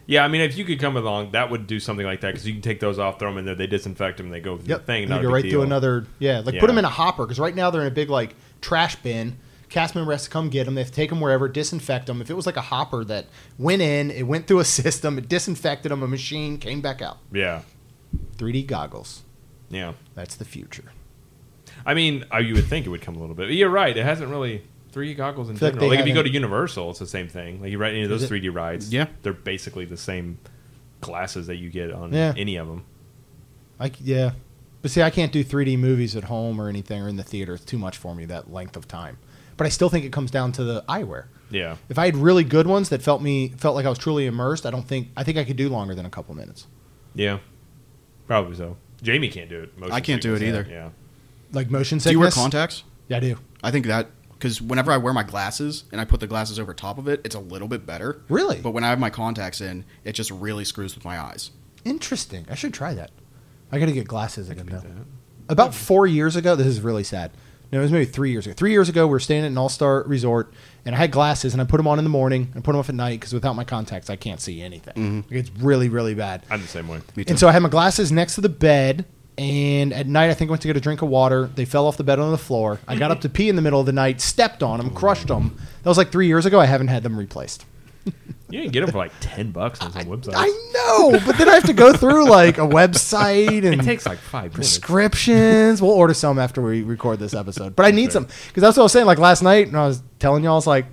Speaker 1: Yeah, I mean, if you could come along, that would do something like that because you can take those off, throw them in there, they disinfect them, and they go through the
Speaker 2: Yep.
Speaker 1: thing.
Speaker 2: And
Speaker 1: not
Speaker 2: you
Speaker 1: a
Speaker 2: go
Speaker 1: big
Speaker 2: right
Speaker 1: deal.
Speaker 2: through another. Yeah, like
Speaker 1: Yeah.
Speaker 2: put them in a hopper because right now they're in a big like trash bin. Cast member has to come get them. They have to take them wherever, disinfect them. If it was like a hopper that went in, it went through a system, it disinfected them, a machine came back out.
Speaker 1: Yeah,
Speaker 2: 3D goggles.
Speaker 1: yeah.
Speaker 2: That's the future.
Speaker 1: I mean, I, you would think it would come a little bit. But you're right. It hasn't really three goggles in
Speaker 2: Feel like
Speaker 1: general.
Speaker 2: they
Speaker 1: Like, if you go to
Speaker 2: haven't-
Speaker 1: Universal, it's the same thing. Like you ride any of
Speaker 2: Is
Speaker 1: those
Speaker 2: it-
Speaker 1: 3D rides,
Speaker 3: Yeah.
Speaker 1: they're basically the same glasses that you get on
Speaker 2: Yeah.
Speaker 1: any of them.
Speaker 2: I c yeah, but see, I can't do 3D movies at home or anything or in the theater. It's too much for me that length of time. But I still think it comes down to the eyewear.
Speaker 1: Yeah,
Speaker 2: If I had really good ones that felt me felt like I was truly immersed, I don't think I think I could do longer than a couple minutes.
Speaker 1: yeah, probably so. Jamie can't do it. Motion
Speaker 3: I can't do it
Speaker 1: sickness.
Speaker 3: either.
Speaker 1: Yeah,
Speaker 2: Like motion sickness.
Speaker 3: Do you wear contacts?
Speaker 2: Yeah, I do.
Speaker 3: I think that because whenever I wear my glasses and I put the glasses over top of it, it's a little bit better.
Speaker 2: Really?
Speaker 3: But when I have my contacts in, it just really screws with my eyes.
Speaker 2: Interesting. I should try that. I got to get glasses again now.
Speaker 1: that.
Speaker 2: About four years ago, this is really sad. No, it was maybe three years ago. Three years ago, we were staying at an all star resort, and I had glasses, and I put them on in the morning and put them off at night because without my contacts, I can't see anything.
Speaker 1: Mm-hmm.
Speaker 2: Like, it's really, really bad.
Speaker 1: I'm the same way.
Speaker 2: And so I had my glasses next to the bed, and at night I think I went to get a drink of water. They fell off the bed on the floor. I got up to pee in the middle of the night, stepped on
Speaker 1: Oh,
Speaker 2: them, crushed them. That was like three years ago. I haven't had them replaced.
Speaker 1: You can get them for like ten bucks on some website.
Speaker 2: I know, but then I have to go through like a website and
Speaker 1: it takes like five minutes.
Speaker 2: prescriptions. we'll order some after we record this episode. But I need some because that's what I was saying. Like last night, and I was telling y'all, I was like,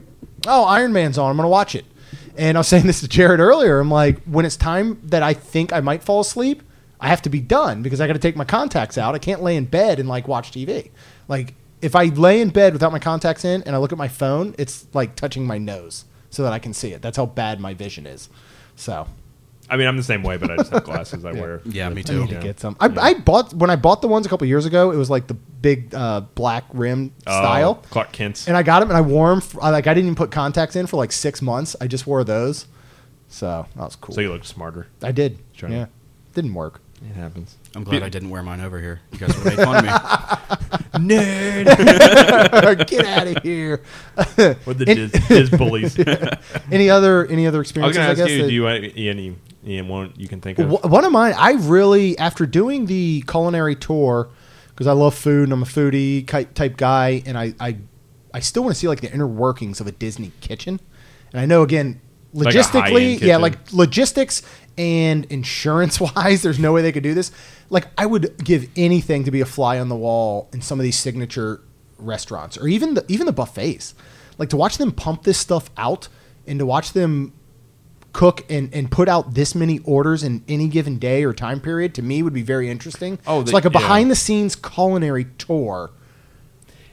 Speaker 2: "Oh, Iron Man's on. I'm gonna watch it." And I was saying this to Jared earlier. I'm like, when it's time that I think I might fall asleep, I have to be done because I got to take my contacts out. I can't lay in bed and like watch TV. Like if I lay in bed without my contacts in and I look at my phone, it's like touching my nose so that I can see it. That's how bad my vision is. So
Speaker 1: I mean, I'm the same way, but I just have glasses I wear.
Speaker 3: Yeah, me
Speaker 2: I
Speaker 3: too.
Speaker 2: need to
Speaker 1: Yeah.
Speaker 2: get some. I, I bought when I bought the ones a couple years ago. It was like the big uh, black rim
Speaker 1: Oh,
Speaker 2: style,
Speaker 1: Clark Kent's.
Speaker 2: and I got them and I wore them. For, I, like I didn't even put contacts in for like six months. I just wore those, so that was cool.
Speaker 1: so you look smarter.
Speaker 2: I did.
Speaker 1: Sure.
Speaker 2: Yeah, didn't work.
Speaker 1: It happens.
Speaker 3: I'm glad I didn't wear mine over here. You guys would have made fun of me.
Speaker 1: Nerd.
Speaker 2: Get out of here.
Speaker 1: With the
Speaker 2: It-
Speaker 1: jizz, jizz bullies.
Speaker 2: any other any other
Speaker 1: I was
Speaker 2: experiences?
Speaker 1: going to ask
Speaker 2: guess
Speaker 1: you,
Speaker 2: that-
Speaker 1: do you have any, any one you can think of?
Speaker 2: Wh- One of mine, I really, after doing the culinary tour, because I love food and I'm a foodie ki- type guy, and I, I, I still want to see like the inner workings of a Disney kitchen. And I know again,
Speaker 1: Like a
Speaker 2: logistically,
Speaker 1: high-end
Speaker 2: yeah,
Speaker 1: kitchen.
Speaker 2: like logistics and insurance wise, there's no way they could do this. Like I would give anything to be a fly on the wall in some of these signature restaurants, or even the even the buffets. Like to watch them pump this stuff out and to watch them cook and, and put out this many orders in any given day or time period to me would be very interesting.
Speaker 1: Oh,
Speaker 2: it's
Speaker 1: the-
Speaker 2: like a
Speaker 1: yeah.
Speaker 2: behind the scenes culinary tour.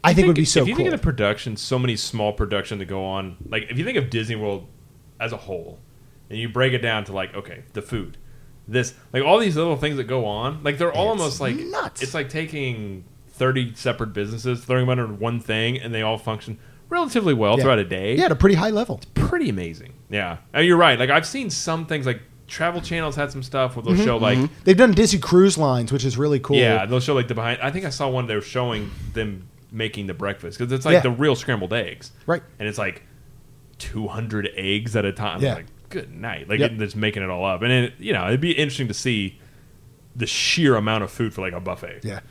Speaker 2: I think, would be so
Speaker 1: If you
Speaker 2: cool.
Speaker 1: think of the production, so many small production to go on. Like if you think of Disney World as a whole, and you break it down to like, okay, the food, this, like all these little things that go on, like they're all
Speaker 2: It's
Speaker 1: almost like
Speaker 2: nuts.
Speaker 1: It's like taking thirty separate businesses, throwing them under one thing, and they all function relatively well
Speaker 2: Yeah.
Speaker 1: throughout a day.
Speaker 2: yeah, at a pretty high level.
Speaker 1: pretty amazing. Yeah, and you're right. Like I've seen some things like. Travel channels had some stuff where they'll
Speaker 2: Mm-hmm.
Speaker 1: show like
Speaker 2: They've done Disney Cruise Lines, which is really cool.
Speaker 1: Hmm? yeah, they'll show like the behind. I think I saw one they were showing them making the breakfast because it's like
Speaker 2: Yeah.
Speaker 1: the real scrambled eggs,
Speaker 2: Right.
Speaker 1: And it's like two hundred eggs at a time. I'm
Speaker 2: Yeah.
Speaker 1: like good night. Like
Speaker 2: Yep.
Speaker 1: it, that's making it all up, and it, you know it'd be interesting to see the sheer amount of food for like a buffet.
Speaker 2: Yeah.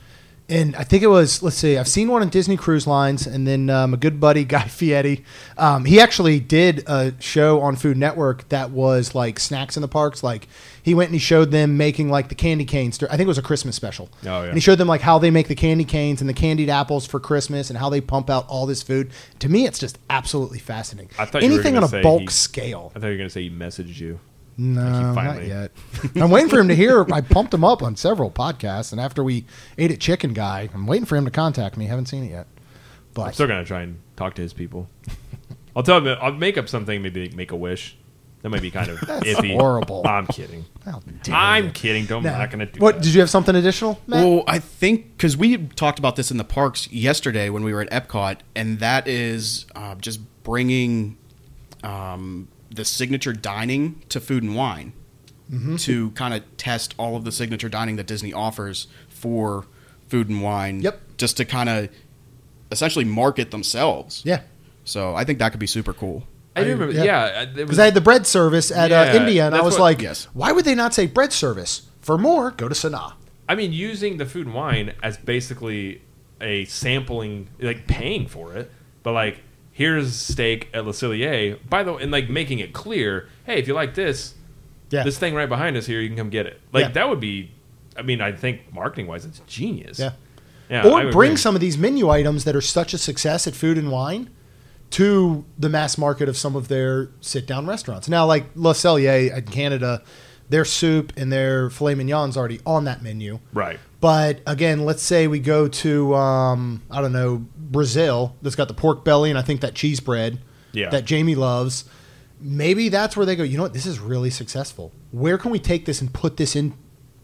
Speaker 2: And I think it was, let's see, I've seen one on Disney Cruise Lines, and then um, a good buddy, Guy Fieri, um, he actually did a show on Food Network that was like snacks in the parks. Like he went and he showed them making like the candy canes. dur- I think it was a Christmas special.
Speaker 1: Oh, yeah.
Speaker 2: And he showed them like how they make the candy canes and the candied apples for Christmas and how they pump out all this food. To me, it's just absolutely fascinating.
Speaker 1: I thought you were
Speaker 2: Anything
Speaker 1: gonna
Speaker 2: on
Speaker 1: say
Speaker 2: a bulk
Speaker 1: he-
Speaker 2: scale.
Speaker 1: I thought you were gonna say he messaged you.
Speaker 2: No, not
Speaker 1: finally-
Speaker 2: yet. I'm waiting for him to hear. I pumped him up on several podcasts, and after we ate at Chicken Guy, I'm waiting for him to contact me. Haven't seen it yet,
Speaker 1: I'm
Speaker 2: but
Speaker 1: still gonna try and talk to his people. I'll tell him. I'll make up something. Maybe make a wish. That might be kind of iffy.
Speaker 2: horrible.
Speaker 1: I'm kidding.
Speaker 2: How dare
Speaker 1: I'm
Speaker 2: you.
Speaker 1: kidding. Don't.
Speaker 2: No.
Speaker 1: I'm not gonna do
Speaker 2: oh, What
Speaker 1: that.
Speaker 2: did you have something additional? Matt?
Speaker 3: Well, I think because we talked about this in the parks yesterday when we were at Epcot, and that is uh, just bringing um, the signature dining to food and wine
Speaker 2: Mm-hmm.
Speaker 3: to kind of test all of the signature dining that Disney offers for food and wine.
Speaker 2: Yep.
Speaker 3: Just to kind of essentially market themselves.
Speaker 2: yeah,
Speaker 3: So I think that could be super cool.
Speaker 1: I do remember.
Speaker 2: yeah.
Speaker 1: Yeah, it
Speaker 2: because
Speaker 1: was,
Speaker 2: they had the bread service at
Speaker 1: Yeah,
Speaker 2: uh, India, and I
Speaker 1: that's
Speaker 2: was
Speaker 1: what-
Speaker 2: like,
Speaker 3: yes.
Speaker 2: why would they not say bread service? For more, go to Sanaa.
Speaker 1: I mean, using the food and wine as basically a sampling, like paying for it, but like here's steak at Le Cillier. By the way, and like making it clear, hey, if you like this,
Speaker 2: Yeah,
Speaker 1: this thing right behind us here, you can come get it. Like
Speaker 2: Yeah.
Speaker 1: that would be, I mean, I think marketing wise, it's genius.
Speaker 2: Yeah.
Speaker 1: yeah I
Speaker 2: or
Speaker 1: would
Speaker 2: bring
Speaker 1: agree.
Speaker 2: some of these menu items that are such a success at Food and Wine to the mass market of some of their sit-down restaurants. Now, like La Cellier in Canada, their soup and their filet mignon's already on that menu.
Speaker 1: right.
Speaker 2: But again, let's say we go to um, I don't know Brazil that's got the pork belly and I think that cheese bread
Speaker 1: Yeah.
Speaker 2: that Jamie loves. Maybe that's where they go. You know what? This is really successful. Where can we take this and put this in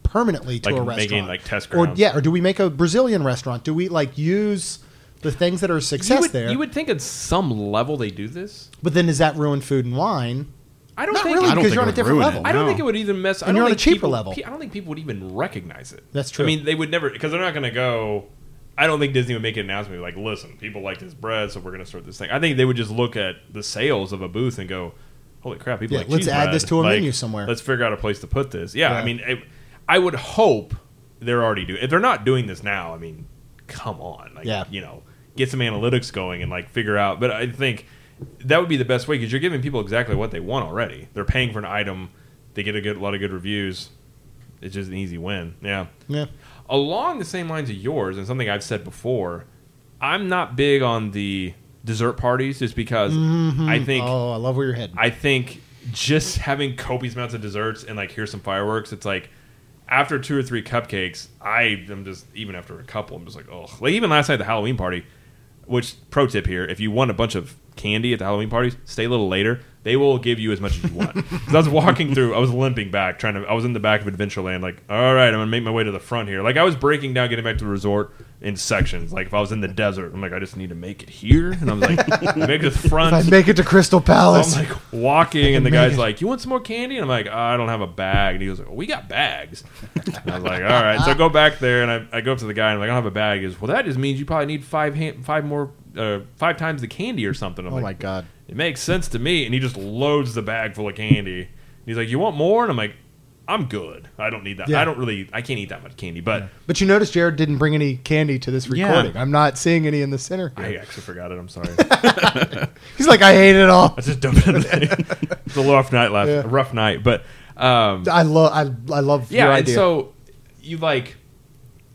Speaker 2: permanently to
Speaker 1: Like
Speaker 2: a
Speaker 1: making,
Speaker 2: restaurant?
Speaker 1: like, test
Speaker 2: or
Speaker 1: grounds.
Speaker 2: yeah, or do we make a Brazilian restaurant? Do we like use the things that are a success
Speaker 1: You would,
Speaker 2: there?
Speaker 1: you would think at some level they do this.
Speaker 2: but then does that ruin food and wine?
Speaker 1: I don't
Speaker 2: Not
Speaker 1: think
Speaker 2: really,
Speaker 3: I don't
Speaker 2: because
Speaker 3: think
Speaker 2: you're on
Speaker 3: it
Speaker 2: a different
Speaker 3: would ruin
Speaker 2: level.
Speaker 1: I don't
Speaker 3: No.
Speaker 1: think it would even mess. I don't
Speaker 2: And you're on a
Speaker 1: think
Speaker 2: cheaper
Speaker 1: people-
Speaker 2: level.
Speaker 1: pe- I don't think people would even recognize it.
Speaker 2: That's true.
Speaker 1: I mean, they would never because they're not going to go. I don't think Disney would make an announcement like, "Listen, people like this bread, so we're going to start this thing." I think they would just look at the sales of a booth and go, "Holy crap, people
Speaker 2: Yeah,
Speaker 1: like
Speaker 2: let's
Speaker 1: cheese
Speaker 2: add
Speaker 1: bread.
Speaker 2: this to a
Speaker 1: Like,
Speaker 2: menu somewhere."
Speaker 1: Let's figure out a place to put this." Yeah,
Speaker 2: Yeah.
Speaker 1: I mean, I, I would hope they're already doing. If they're not doing this now, I mean, come on, like,
Speaker 2: Yeah.
Speaker 1: you know, get some analytics going and like figure out. But I think that would be the best way because you're giving people exactly what they want already. They're paying for an item, they get a good a lot of good reviews. It's just an easy win. Yeah.
Speaker 2: Yeah.
Speaker 1: Along the same lines of yours, and something I've said before, I'm not big on the dessert parties just because I think
Speaker 2: Oh, I love where you're heading.
Speaker 1: I think just having copious amounts of desserts and like here's some fireworks, it's like after two or three cupcakes, I am just even after a couple, I'm just like, oh, like even last night at the Halloween party. Which pro tip here: if you want a bunch of candy at the Halloween parties, stay a little later. They will give you as much as you want. 'Cause I was walking through, I was limping back, trying to. I was in the back of Adventureland, like, all right, I'm gonna make my way to the front here. Like I was breaking down, getting back to the resort in sections. Like if I was in the desert, I'm like, I just need to make it here, and I'm like, make it to the front.
Speaker 2: If I make it to
Speaker 1: Oh
Speaker 2: Crystal Palace.
Speaker 1: So I'm like walking, and the
Speaker 2: Make
Speaker 1: guy's
Speaker 2: it.
Speaker 1: like, "You want some more candy?" And I'm like, "I don't have a bag." And he goes, "Well, "We got bags." And I was like, "All right." So I go back there, and I, I go up to the guy, and I'm like, "I don't have a bag." He goes, "Well, that just means you probably need five hand, five more, uh, five times the candy or something." I'm
Speaker 2: oh
Speaker 1: like,
Speaker 2: my god.
Speaker 1: It makes sense to me. And he just loads the bag full of candy. And he's like, "You want more?" And I'm like, "I'm good. I don't need that.
Speaker 2: Yeah.
Speaker 1: I don't really. I can't eat that much candy." But
Speaker 2: But you notice Jared didn't bring any candy to this
Speaker 3: Yeah.
Speaker 2: recording. I'm not seeing any in the center.
Speaker 1: I actually forgot it. I'm sorry.
Speaker 2: He's like, I hate it all.
Speaker 1: I just dumped it. in there. it's a rough night left.
Speaker 2: Yeah.
Speaker 1: A rough night, but. Um,
Speaker 2: I love, I, I love
Speaker 1: yeah
Speaker 2: your
Speaker 1: and
Speaker 2: idea.
Speaker 1: so you like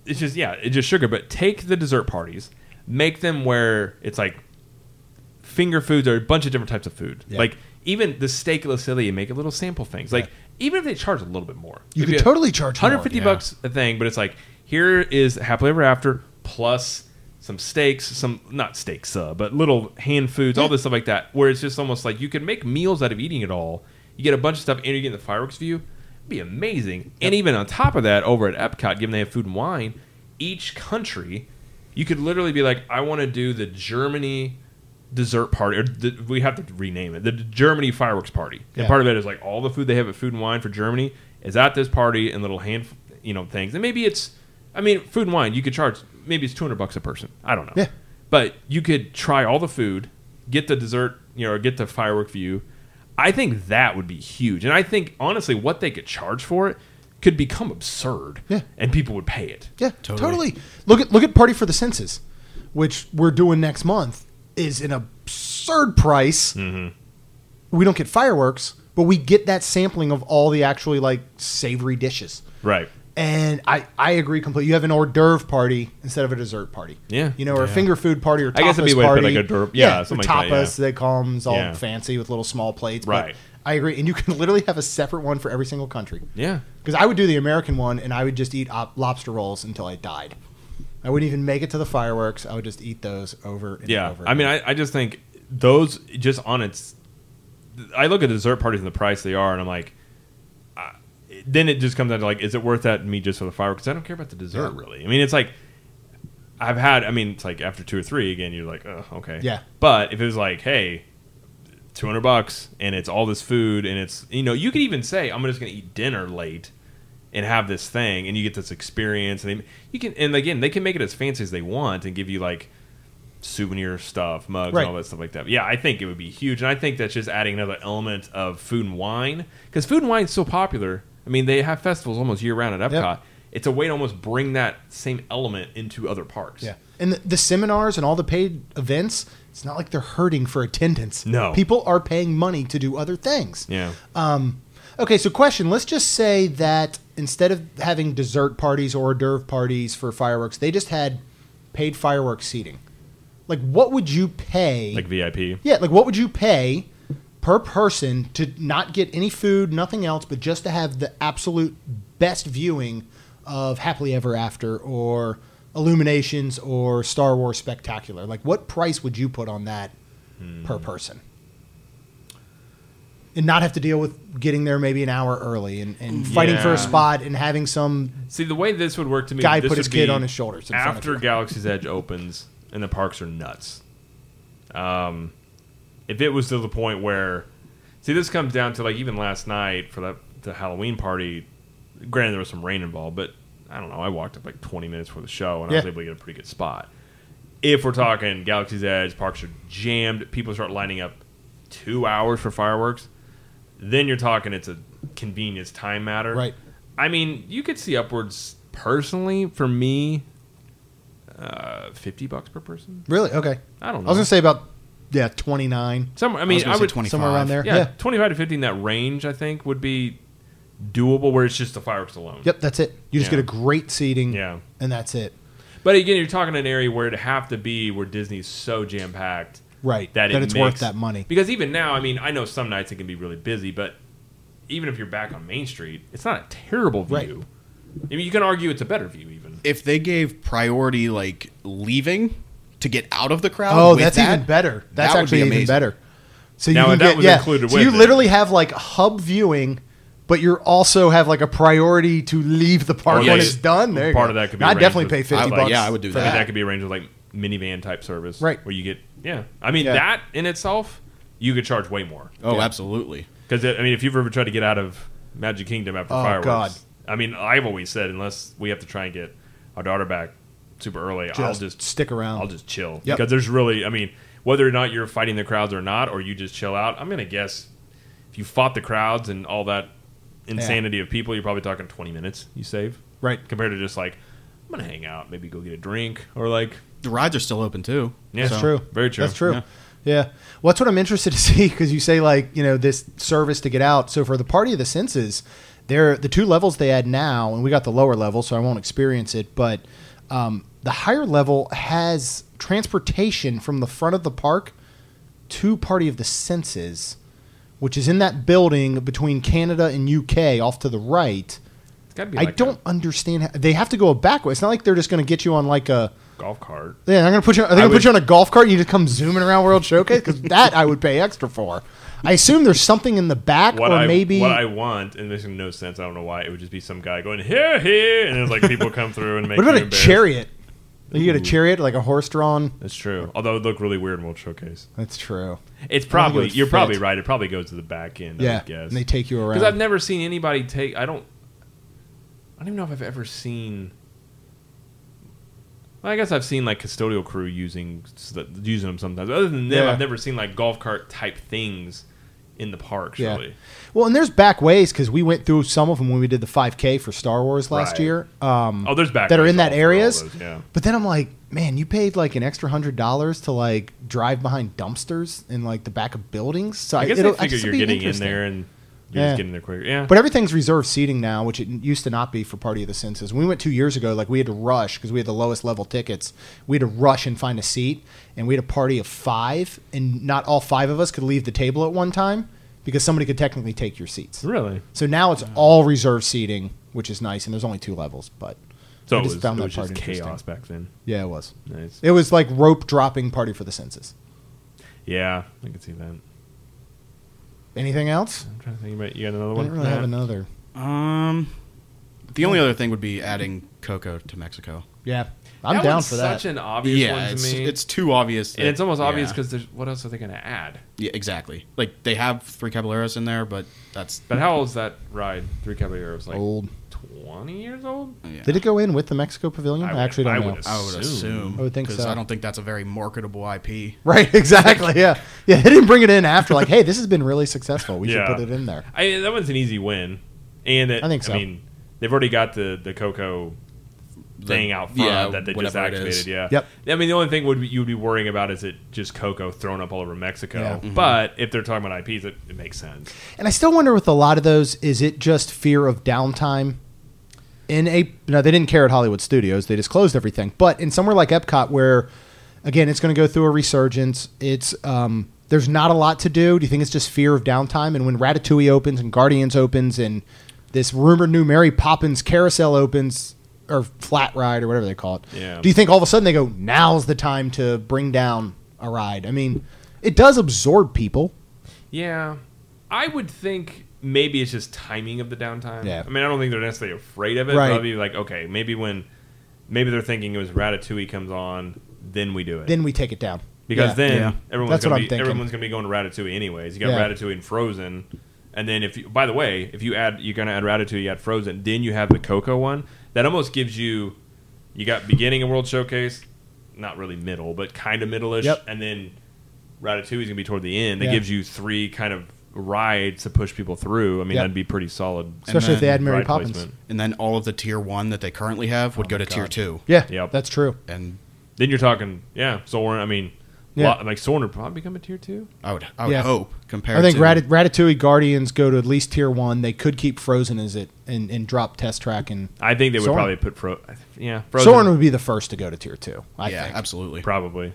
Speaker 1: it's just yeah it's just sugar but take the dessert parties make them where it's like finger foods or a bunch of different types of food
Speaker 2: Yeah.
Speaker 1: like even the steak and make a little sample things like even if they charge a little bit more
Speaker 2: You
Speaker 1: Maybe
Speaker 2: could
Speaker 1: a-
Speaker 2: totally charge more,
Speaker 1: 150
Speaker 2: yeah.
Speaker 1: bucks a thing but it's like here is happily ever after plus some steaks some not steaks uh, but little hand foods all this stuff like that where it's just almost like you can make meals out of eating it all you get a bunch of stuff and you get the fireworks view It'd be amazing and even on top of that over at epcot given they have food and wine each country you could literally be like i want to do the germany dessert party or the, we have to rename it the germany fireworks party
Speaker 2: Yeah.
Speaker 1: and part of it is like all the food they have at food and wine for germany is at this party and little hand you know things and maybe it's i mean food and wine you could charge maybe it's 200 bucks a person i don't know
Speaker 2: Yeah.
Speaker 1: but you could try all the food get the dessert you know or get the firework view I think that would be huge. And I think honestly, what they could charge for it could become absurd.
Speaker 2: Yeah.
Speaker 1: and people would pay it.
Speaker 2: Yeah,
Speaker 3: Totally.
Speaker 2: totally. Look at look at Party for the Census, which we're doing next month, is an absurd price.
Speaker 1: Mm-hmm.
Speaker 2: We don't get fireworks, but we get that sampling of all the actually like savory dishes.
Speaker 1: Right.
Speaker 2: And I, I agree completely. You have an hors d'oeuvre party instead of a dessert party.
Speaker 1: Yeah.
Speaker 2: You know, or a
Speaker 3: Yeah.
Speaker 2: finger food party or tapas
Speaker 1: I guess that'd be a way to put,
Speaker 2: party.
Speaker 1: like, a d'oeuvre- yeah,
Speaker 2: or
Speaker 1: something like
Speaker 2: tapas
Speaker 1: that, yeah.
Speaker 2: they call 'em, it's all
Speaker 1: Yeah.
Speaker 2: fancy with little small plates. but
Speaker 1: Right.
Speaker 2: I agree. And you can literally have a separate one for every single country.
Speaker 1: Yeah.
Speaker 2: Because I would do the American one, and I would just eat op- lobster rolls until I died. I wouldn't even make it to the fireworks. I would just eat those over and
Speaker 1: Yeah.
Speaker 2: over.
Speaker 1: I mean, I, I just think those just on its. I look at dessert parties and the price they are, and I'm like, I- then it just comes down to like, is it worth that to me just for the fireworks? 'Cause I don't care about the dessert
Speaker 2: Yeah.
Speaker 1: really. I mean, it's like I've had. I mean, it's like after two or three again, you're like, oh, okay,
Speaker 2: Yeah.
Speaker 1: But if it was like, hey. 200 bucks and it's all this food and it's you know you could even say i'm just going to eat dinner late and have this thing and you get this experience and they, you can and again they can make it as fancy as they want and give you like souvenir stuff, mugs,
Speaker 2: Right.
Speaker 1: and all that stuff like that. But yeah, I think it would be huge, and I think that's just adding another element of food and wine because food and wine is so popular. I mean, they have festivals almost year round at Epcot.
Speaker 2: Yep.
Speaker 1: It's a way to almost bring that same element into other parks.
Speaker 2: yeah. And the, the seminars and all the paid events, it's not like they're hurting for attendance.
Speaker 1: No.
Speaker 2: People are paying money to do other things.
Speaker 1: yeah,
Speaker 2: Um, okay, so question. Let's just say that instead of having dessert parties or hors d'oeuvre parties for fireworks, they just had paid fireworks seating. Like, what would you pay?
Speaker 1: like VIP.
Speaker 2: Yeah, like what would you pay per person to not get any food, nothing else, but just to have the absolute best viewing of Happily Ever After or Illuminations or Star Wars Spectacular? Like what price would you put on that per
Speaker 1: Hmm.
Speaker 2: person? And not have to deal with getting there maybe an hour early and, and fighting for
Speaker 1: Mm. Yeah.
Speaker 2: a spot and having some
Speaker 1: See, the way this would work to me,
Speaker 2: Guy
Speaker 1: this
Speaker 2: put his
Speaker 1: would
Speaker 2: kid
Speaker 1: be
Speaker 2: on his shoulders in front of
Speaker 1: after
Speaker 2: you.
Speaker 1: Galaxy's Edge opens and the parks are nuts. Um, if it was to the point where, see, this comes down to like even last night for that the Halloween party. Granted, there was some rain involved, but I don't know. I walked up like 20 minutes for the show, and I was
Speaker 2: Yeah.
Speaker 1: able to get a pretty good spot. If we're talking Galaxy's Edge, parks are jammed. People start lining up two hours for fireworks. Then you're talking it's a convenience time matter.
Speaker 2: Right.
Speaker 1: I mean, you could see upwards personally for me, uh, fifty bucks per person.
Speaker 2: Really? Okay.
Speaker 1: I don't know.
Speaker 2: I was gonna say about yeah, twenty nine.
Speaker 1: Some, I
Speaker 3: I was
Speaker 1: mean,
Speaker 3: gonna
Speaker 1: I,
Speaker 3: say
Speaker 1: would
Speaker 3: 25.
Speaker 2: somewhere around there.
Speaker 1: yeah,
Speaker 2: Yeah.
Speaker 1: twenty-five to fifty in that range. I think would be doable where it's just the fireworks alone.
Speaker 2: Yep, that's it. You just
Speaker 1: Yeah.
Speaker 2: get a great seating
Speaker 1: Yeah.
Speaker 2: and that's it.
Speaker 1: But again, you're talking an area where it'd have to be where Disney's so jam packed,
Speaker 2: Right.
Speaker 1: That,
Speaker 2: That
Speaker 1: it
Speaker 2: it's worth
Speaker 1: makes-
Speaker 2: that money.
Speaker 1: Because even now, I mean, I know some nights it can be really busy, but even if you're back on Main Street, it's not a terrible
Speaker 2: Right.
Speaker 1: view. I mean, you can argue it's a better view even.
Speaker 3: If they gave priority like leaving to get out of the crowd,
Speaker 2: Oh,
Speaker 3: with
Speaker 2: that's
Speaker 3: that,
Speaker 2: even better. That's
Speaker 3: that would be
Speaker 2: actually even
Speaker 3: amazing.
Speaker 2: better. So you
Speaker 1: Now,
Speaker 2: can
Speaker 1: that
Speaker 2: get,
Speaker 1: was
Speaker 2: yeah.
Speaker 1: included
Speaker 2: so
Speaker 1: with
Speaker 2: you
Speaker 1: it.
Speaker 2: literally have like hub viewing, but you are also have like a priority to leave the park
Speaker 1: Oh, yeah,
Speaker 2: when
Speaker 1: yeah.
Speaker 2: it's done. There you
Speaker 1: Part
Speaker 2: go.
Speaker 1: of that could be
Speaker 2: I'd
Speaker 1: arranged
Speaker 2: definitely
Speaker 1: with-
Speaker 2: pay
Speaker 3: I
Speaker 2: fifty
Speaker 3: would-
Speaker 2: bucks.
Speaker 3: yeah, I would do
Speaker 2: for
Speaker 1: I mean,
Speaker 3: that.
Speaker 1: that could be arranged with like minivan type service,
Speaker 2: Right.
Speaker 1: Where you get, yeah. I mean,
Speaker 2: Yeah.
Speaker 1: that in itself, you could charge way more
Speaker 3: Oh,
Speaker 2: Yeah.
Speaker 3: absolutely.
Speaker 1: because I mean, if you've ever tried to get out of Magic Kingdom after
Speaker 2: Oh,
Speaker 1: fireworks,
Speaker 2: God.
Speaker 1: I mean, I've always said unless we have to try and get our daughter back super early, I'll
Speaker 2: Just
Speaker 1: just
Speaker 2: stick around.
Speaker 1: I'll just chill
Speaker 2: Yep.
Speaker 1: because there's really, I mean, whether or not you're fighting the crowds or not, or you just chill out. I'm gonna guess if you fought the crowds and all that insanity of people, you're probably talking 20 minutes you save,
Speaker 2: Right.
Speaker 1: Compared to just like I'm gonna hang out, maybe go get a drink or like
Speaker 3: The rides are still open too.
Speaker 1: Yeah.
Speaker 2: That's
Speaker 1: So,
Speaker 2: true.
Speaker 1: very true.
Speaker 2: That's true.
Speaker 3: Yeah.
Speaker 2: Yeah. Well, that's what I'm interested to see because you say like you know this service to get out. So for the party of the senses, there the two levels they had now, and we got the lower level, so I won't experience it. But um, the higher level has transportation from the front of the park to party of the senses, which is in that building between Canada and UK, off to the right.
Speaker 1: It's gotta be.
Speaker 2: I
Speaker 1: like a
Speaker 2: don't understand. How, they have to go a back way. It's not like they're just going to get you on like a
Speaker 1: golf cart.
Speaker 2: yeah, I'm gonna put you. Are they
Speaker 1: I
Speaker 2: gonna
Speaker 1: would-
Speaker 2: put you on a golf cart? and You just come zooming around World Showcase because that I would pay extra for. I assume there's something in the back,
Speaker 1: What
Speaker 2: or
Speaker 1: I
Speaker 2: maybe
Speaker 1: what I want, and this makes no sense. I don't know why it would just be some guy going here, here, and it's like people come through and make.
Speaker 2: what
Speaker 1: you
Speaker 2: about a
Speaker 1: embarrassed.
Speaker 2: chariot? Like, you get
Speaker 1: Ooh.
Speaker 2: a chariot, like a horse-drawn.
Speaker 1: That's true. Although it'd look really weird in World Showcase.
Speaker 2: That's true.
Speaker 1: It's
Speaker 2: I don't think it
Speaker 1: probably
Speaker 2: would
Speaker 1: you're
Speaker 2: fit.
Speaker 1: probably right. It probably goes to the back end. I
Speaker 2: yeah,
Speaker 1: would guess.
Speaker 2: and they take you
Speaker 1: Because I've
Speaker 2: around.
Speaker 1: never seen anybody take. I don't. I don't even know if I've ever seen. Well, I guess I've seen like custodial crew using s- using them sometimes. Other than them,
Speaker 2: Yeah.
Speaker 1: I've never seen like golf cart type things in the parks,
Speaker 2: Yeah.
Speaker 1: really.
Speaker 2: Well, and there's back ways because we went through some of them when we did the 5K for Star Wars last
Speaker 1: Right.
Speaker 2: year. Um,
Speaker 1: Oh, there's back
Speaker 2: that are
Speaker 1: ways
Speaker 2: in
Speaker 1: all
Speaker 2: that
Speaker 1: for all
Speaker 2: areas.
Speaker 1: those, yeah.
Speaker 2: But then I'm like, man, you paid like an extra hundred dollars to like drive behind dumpsters in like the back of buildings. So
Speaker 1: I guess
Speaker 2: it'll-
Speaker 1: they figure
Speaker 2: guess it'll
Speaker 1: you're
Speaker 2: be
Speaker 1: getting in
Speaker 2: interesting.
Speaker 1: there and you're
Speaker 2: Yeah.
Speaker 1: just getting there quicker. Yeah.
Speaker 2: But everything's reserved seating now, which it used to not be for Party of the Senses. When we went two years ago, like we had to rush because we had the lowest level tickets. We had to rush and find a seat, and we had a party of five, and not all five of us could leave the table at one time because somebody could technically take your seats.
Speaker 1: really?
Speaker 2: So now it's all reserved seating, which is nice, and there's only two levels. But
Speaker 1: So
Speaker 2: I
Speaker 1: it
Speaker 2: just
Speaker 1: was, it
Speaker 2: found that
Speaker 1: was just
Speaker 2: part interesting.
Speaker 1: chaos back then.
Speaker 2: yeah, it was.
Speaker 1: Nice.
Speaker 2: It was like rope dropping Party for the Senses.
Speaker 1: Yeah, I can see that. I'm
Speaker 2: Anything else?
Speaker 1: trying to think about you got another
Speaker 2: I
Speaker 1: one?
Speaker 2: didn't really have
Speaker 1: Nah.
Speaker 2: another.
Speaker 3: Um, the only other thing would be adding cocoa to Mexico.
Speaker 2: Yeah, I'm
Speaker 1: That
Speaker 2: down
Speaker 1: one's
Speaker 2: for that.
Speaker 1: Such an obvious
Speaker 3: yeah,
Speaker 1: one to
Speaker 3: it's,
Speaker 1: me.
Speaker 3: it's too obvious.
Speaker 1: and
Speaker 3: that-
Speaker 1: it's almost obvious
Speaker 3: yeah.
Speaker 1: because there's what else are they going to add?
Speaker 3: Yeah, exactly. Like they have three Caballeros in there, but that's
Speaker 1: But how old's that ride? Three Caballeros, like
Speaker 2: Old.
Speaker 1: twenty years old.
Speaker 3: yeah.
Speaker 2: Did it go in with the Mexico Pavilion? I,
Speaker 1: I would-
Speaker 2: actually don't
Speaker 1: I
Speaker 2: know.
Speaker 1: would
Speaker 3: I would assume.
Speaker 2: I would think
Speaker 3: 'cause
Speaker 2: so.
Speaker 3: I don't think that's a very marketable IP.
Speaker 2: Right, exactly. Yeah. Yeah, they didn't bring it in after like, hey, this has been really successful. We
Speaker 1: Yeah.
Speaker 2: should put it in there.
Speaker 1: I that one's an easy win, and it,
Speaker 2: I think so.
Speaker 1: I mean, they've already got the the Coco
Speaker 3: The-
Speaker 1: thing out front
Speaker 3: yeah,
Speaker 1: that they just
Speaker 3: whatever it
Speaker 1: activated.
Speaker 3: is.
Speaker 1: Yeah.
Speaker 2: Yep.
Speaker 1: I mean, the only thing would be, you would be worrying about is it just Coco thrown up all over Mexico.
Speaker 2: Yeah.
Speaker 3: Mm-hmm.
Speaker 1: But if they're talking about IPs, it, it makes sense.
Speaker 2: And I still wonder with a lot of those, is it just fear of downtime? In a no, they didn't care at Hollywood Studios. They just closed everything. But in somewhere like Epcot, where again it's going to go through a resurgence, it's um, there's not a lot to do. Do you think it's just fear of downtime? And when Ratatouille opens and Guardians opens and this rumored new Mary Poppins carousel opens or flat ride or whatever they call it,
Speaker 1: Yeah.
Speaker 2: do you think all of a sudden they go now's the time to bring down a ride? I mean, it does absorb people.
Speaker 1: Yeah, I would think maybe it's just timing of the downtime.
Speaker 2: Yeah.
Speaker 1: I mean, I don't think they're necessarily afraid of it.
Speaker 2: Right.
Speaker 1: But I'd be like, okay, maybe when maybe they're thinking it was Ratatouille comes on, then we do it.
Speaker 2: Then we take it down
Speaker 1: because
Speaker 2: Yeah.
Speaker 1: then
Speaker 3: Yeah.
Speaker 1: everyone's
Speaker 2: That's what
Speaker 1: gonna
Speaker 2: I'm
Speaker 1: be,
Speaker 2: thinking.
Speaker 1: everyone's gonna be going to Ratatouille anyways. You got
Speaker 2: Yeah.
Speaker 1: Ratatouille and Frozen, and then if you, by the way, if you add you're gonna add Ratatouille, you add Frozen, then you have the Coco one. That almost gives you you got beginning of World Showcase, not really middle, but kind of middle-ish,
Speaker 2: Yep.
Speaker 1: and then Ratatouille is gonna be toward the end. That
Speaker 2: Yeah.
Speaker 1: gives you three kind of rides to push people through. I mean,
Speaker 2: Yep.
Speaker 1: that'd be pretty solid.
Speaker 2: especially if they
Speaker 3: then
Speaker 2: add Mary
Speaker 1: ride
Speaker 2: Poppins.
Speaker 1: placement.
Speaker 3: And then all of the tier one that they currently have
Speaker 2: Oh
Speaker 3: would go to tier two.
Speaker 2: Yeah,
Speaker 1: Yep.
Speaker 2: that's true.
Speaker 3: And
Speaker 1: Then you're talking, yeah, Soren. I mean,
Speaker 2: Yeah.
Speaker 1: lot- like Soren would probably become a tier two.
Speaker 3: I would I would
Speaker 2: Yeah.
Speaker 3: hope compared
Speaker 2: I think
Speaker 3: to
Speaker 2: Ratat- Ratatouille Guardians go to at least tier one. They could keep Frozen as it and, and drop Test Track and
Speaker 1: I think they would
Speaker 2: Soren.
Speaker 1: probably put Fro. I th- Yeah,
Speaker 2: Soren would be the first to go to tier two. I
Speaker 3: yeah,
Speaker 2: think.
Speaker 3: absolutely.
Speaker 1: Probably.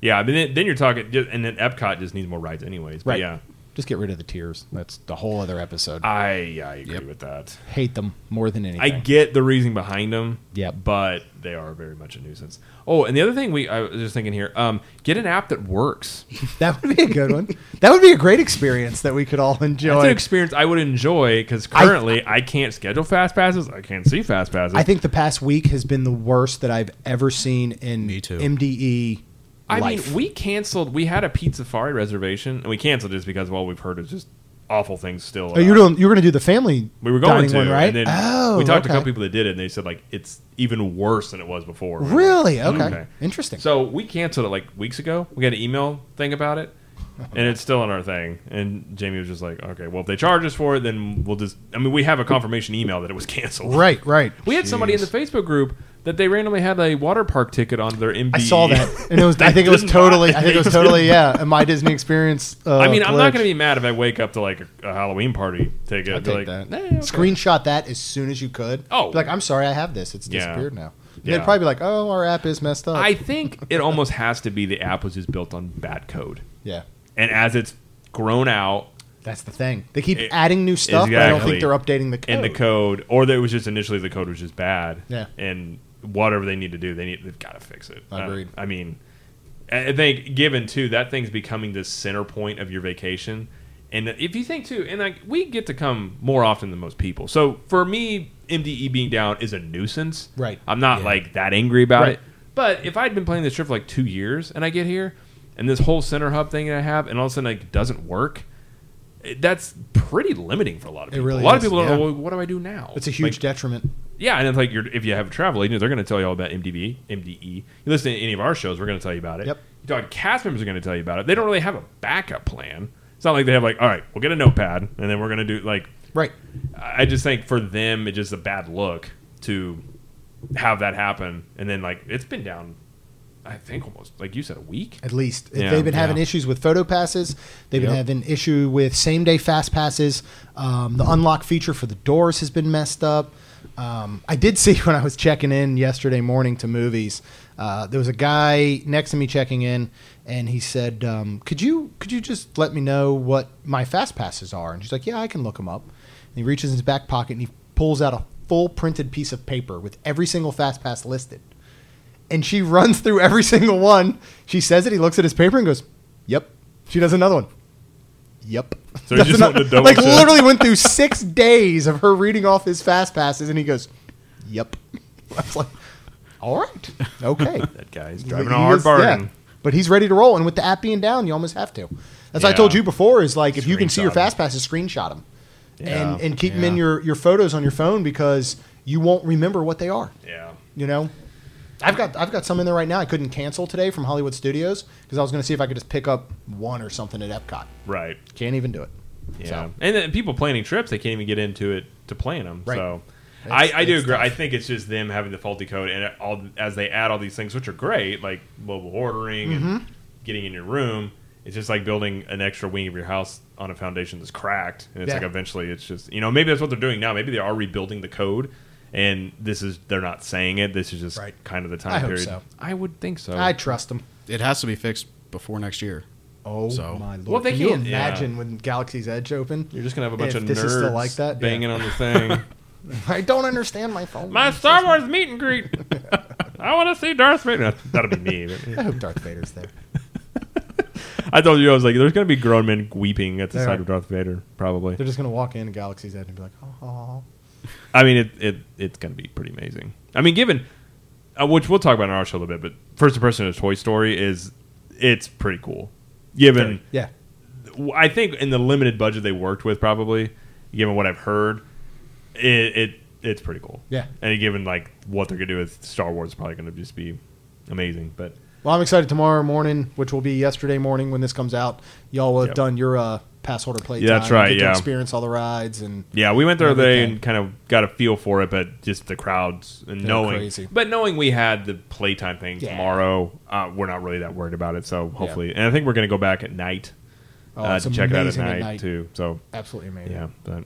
Speaker 1: Yeah, I mean, then, then you're talking, ju- and then Epcot just needs more rides, anyways. But
Speaker 2: Right.
Speaker 1: Yeah,
Speaker 2: Just get rid of the tiers. That's the whole other episode.
Speaker 1: I I agree
Speaker 3: Yep.
Speaker 1: with that.
Speaker 2: Hate them more than anything.
Speaker 1: I get the reasoning behind them.
Speaker 2: Yep.
Speaker 1: but they are very much a nuisance. Oh, and the other thing we I was just thinking here, um, get an app that works.
Speaker 2: that would be a good one. That would be a great experience that we could all
Speaker 1: That's an
Speaker 2: enjoy.
Speaker 1: experience I would enjoy because currently I, can't schedule fast passes. I can't see fast passes.
Speaker 2: I think the past week has been the worst that I've ever seen in
Speaker 3: Me too.
Speaker 2: MDE.
Speaker 1: I
Speaker 2: life.
Speaker 1: mean, we canceled. We had a Pizza Fari reservation, and we canceled just because well, we've heard is just awful things still.
Speaker 2: oh, you're
Speaker 1: about-
Speaker 2: doing. You're going to do the family.
Speaker 1: We were going
Speaker 2: dining
Speaker 1: to,
Speaker 2: one, right?
Speaker 1: And then
Speaker 2: oh,
Speaker 1: we talked to a
Speaker 2: okay.
Speaker 1: couple people that did it, and they said like it's even worse than it was before.
Speaker 2: Really? Okay. Interesting.
Speaker 1: Mm-hmm. So we canceled it like weeks ago. We got an email thing about it, and it's still on our thing. And Jamie was just like, "Okay, well, if they charge us for it, then we'll just." I mean, we have a confirmation email that it was canceled.
Speaker 2: right, right.
Speaker 1: We had somebody in the Facebook group that they randomly had a water park ticket on their E. MBE.
Speaker 2: I saw that, and it was. I think it was totally. I think it was totally. Yeah, and my Disney experience. Uh,
Speaker 1: I mean, I'm not going to be mad if I wake up to like a, a Halloween party ticket.
Speaker 2: I
Speaker 1: I'd be
Speaker 2: take
Speaker 1: like,
Speaker 2: that.
Speaker 1: "Nah, okay."
Speaker 2: Screenshot that as soon as you could.
Speaker 1: Oh.
Speaker 2: Be like I'm sorry, I have this. It's
Speaker 1: Yeah.
Speaker 2: disappeared now. And
Speaker 1: Yeah.
Speaker 2: They'd probably be like, "Oh, our app is messed up."
Speaker 1: I think it almost has to be the app was just built on bad code.
Speaker 2: yeah,
Speaker 1: and as it's grown out
Speaker 2: that's the thing. They keep
Speaker 1: It-
Speaker 2: adding new stuff, but I don't think
Speaker 1: exactly.
Speaker 2: they're updating the code.
Speaker 1: in the code, or that it was just initially the code was just bad.
Speaker 2: Yeah.
Speaker 1: And whatever they need to do, they need they've got to fix it. Uh,
Speaker 2: Agreed.
Speaker 1: I mean, I I think given too that thing's becoming the center point of your vacation, and if you think too, and like we get to come more often than most people, so for me, MDE being down is a nuisance.
Speaker 2: Right.
Speaker 1: I'm not
Speaker 3: Yeah.
Speaker 1: like that angry about
Speaker 2: Right.
Speaker 1: it, but if I'd been playing this trip for like two years and I get here. And this whole center hub thing that I have, and all of a sudden like doesn't work. it- That's pretty limiting for a lot of
Speaker 2: It
Speaker 1: people.
Speaker 2: really
Speaker 1: a lot
Speaker 2: is,
Speaker 1: of people don't
Speaker 2: yeah.
Speaker 1: know well, what do I do now?
Speaker 2: It's a huge
Speaker 1: Like,
Speaker 2: detriment.
Speaker 1: yeah, and it's like you're, if you have a travel agent, they're going to tell you all about MDB, MDE. E. You listen to any of our shows, we're going to tell you about it.
Speaker 2: Yep.
Speaker 1: You talk to cast members are going to tell you about it. They don't really have a backup plan. It's not like they have like, all right, we'll get a notepad and then we're gonna do like.
Speaker 2: Right.
Speaker 1: I I just think for them, it's just a bad look to have that happen, and then like it's been down. I think almost like you said a week.
Speaker 2: At least If
Speaker 1: Yeah,
Speaker 2: they've been having
Speaker 3: yeah.
Speaker 2: issues with photo passes. They've been
Speaker 1: Yep.
Speaker 2: having issue with same day fast passes. Um, the unlock feature for the doors has been messed up. Um, I did see when I was checking in yesterday morning to movies. Uh, there was a guy next to me checking in, and he said, um, "Could you could you just let me know what my fast passes are?" And she's like, "Yeah, I can look them up." And he reaches in his back pocket and he pulls out a full printed piece of paper with every single fast pass listed and she runs through every single one. She says it. He looks at his paper and goes, "Yep." She does another one. Yep.
Speaker 1: So he
Speaker 2: Does
Speaker 1: just
Speaker 2: ano-
Speaker 1: wanted to double
Speaker 2: like
Speaker 1: check.
Speaker 2: literally went through six days of her reading off his fast passes, and he goes, "Yep." I was like, "All right, okay."
Speaker 1: That guy's driving
Speaker 2: He
Speaker 1: a hard
Speaker 2: is-
Speaker 1: bargain.
Speaker 2: yeah. But he's ready to roll, and with the app being down, you almost have to. That's what I
Speaker 1: Yeah.
Speaker 2: told you before. Is like if you can see your
Speaker 1: Screenshot 'em.
Speaker 2: fast passes, screenshot them,
Speaker 1: Yeah.
Speaker 2: and and keep them in
Speaker 3: Yeah.
Speaker 2: your your photos on your phone because you won't remember what they are
Speaker 1: Yeah.
Speaker 2: you know i've got i've got some in there right now i couldn't cancel today from hollywood studios because i was going to see if i could just pick up one or something at epcot
Speaker 1: Right.
Speaker 2: can't even do it
Speaker 1: Yeah.
Speaker 2: So-
Speaker 1: And then people planning trips, they can't even get into it to plan them.
Speaker 2: Right.
Speaker 1: So
Speaker 2: It's-
Speaker 1: I, I do
Speaker 2: it's
Speaker 1: agree.
Speaker 2: tough.
Speaker 1: I think it's just them having the faulty code, and it all as they add all these things, which are great, like mobile ordering
Speaker 2: Mm-hmm.
Speaker 1: and getting in your room. It's just like building an extra wing of your house on a foundation that's cracked, and it's
Speaker 2: Yeah.
Speaker 1: like eventually it's just you know maybe that's what they're doing now. Maybe they are rebuilding the code, and this is they're not saying it. This is just
Speaker 2: Right.
Speaker 1: kind of the time
Speaker 2: I hope
Speaker 1: period.
Speaker 2: so.
Speaker 1: I would think so.
Speaker 2: i trust them
Speaker 3: It has to be fixed before next year.
Speaker 2: oh
Speaker 3: So-
Speaker 2: my lord
Speaker 1: Well, they
Speaker 2: can you
Speaker 1: can't- yeah.
Speaker 2: imagine when galaxy's edge open
Speaker 1: You're just gonna have a bunch
Speaker 2: If
Speaker 1: of
Speaker 2: this
Speaker 1: nerds
Speaker 2: is still like that, yeah.
Speaker 1: banging on the thing.
Speaker 2: i don't understand my phone
Speaker 1: My Star Wars meet and greet. I want to see Darth Vader. That'll be me. but-
Speaker 2: i hope darth vader's there
Speaker 1: I told you I was like, there's gonna be grown men weeping at the
Speaker 2: There
Speaker 1: sight
Speaker 2: are.
Speaker 1: of Darth Vader. Probably.
Speaker 2: they're just going to walk in galaxy's edge and be like oh
Speaker 1: I mean, it, it it's gonna be pretty amazing. I mean, given uh, which we'll talk about in our show a little bit, but first person of Toy Story is it's pretty cool. Given
Speaker 2: yeah
Speaker 1: I think in the limited budget they worked with, probably given what I've heard, it, it it's pretty cool.
Speaker 2: Yeah.
Speaker 1: and given like what they're gonna do with Star Wars, is probably gonna just be amazing. But
Speaker 2: well i'm excited tomorrow morning which will be yesterday morning when this comes out y'all will have
Speaker 1: Yep.
Speaker 2: done your uh, pass holder play
Speaker 1: Yeah, that's
Speaker 2: time,
Speaker 1: right,
Speaker 2: get to
Speaker 1: yeah.
Speaker 2: experience all the rides and
Speaker 1: Yeah, we went there today
Speaker 2: Everything.
Speaker 1: and kind of got a feel for it, but just the crowds and
Speaker 2: They're
Speaker 1: knowing,
Speaker 2: crazy.
Speaker 1: but knowing we had the playtime thing
Speaker 2: Yeah.
Speaker 1: tomorrow, uh, we're not really that worried about it. So hopefully, and I think we're going to go back at night
Speaker 2: Oh,
Speaker 1: uh,
Speaker 2: it's
Speaker 1: to check it out at
Speaker 2: amazing
Speaker 1: night, too. So
Speaker 2: absolutely amazing
Speaker 1: yeah, but well,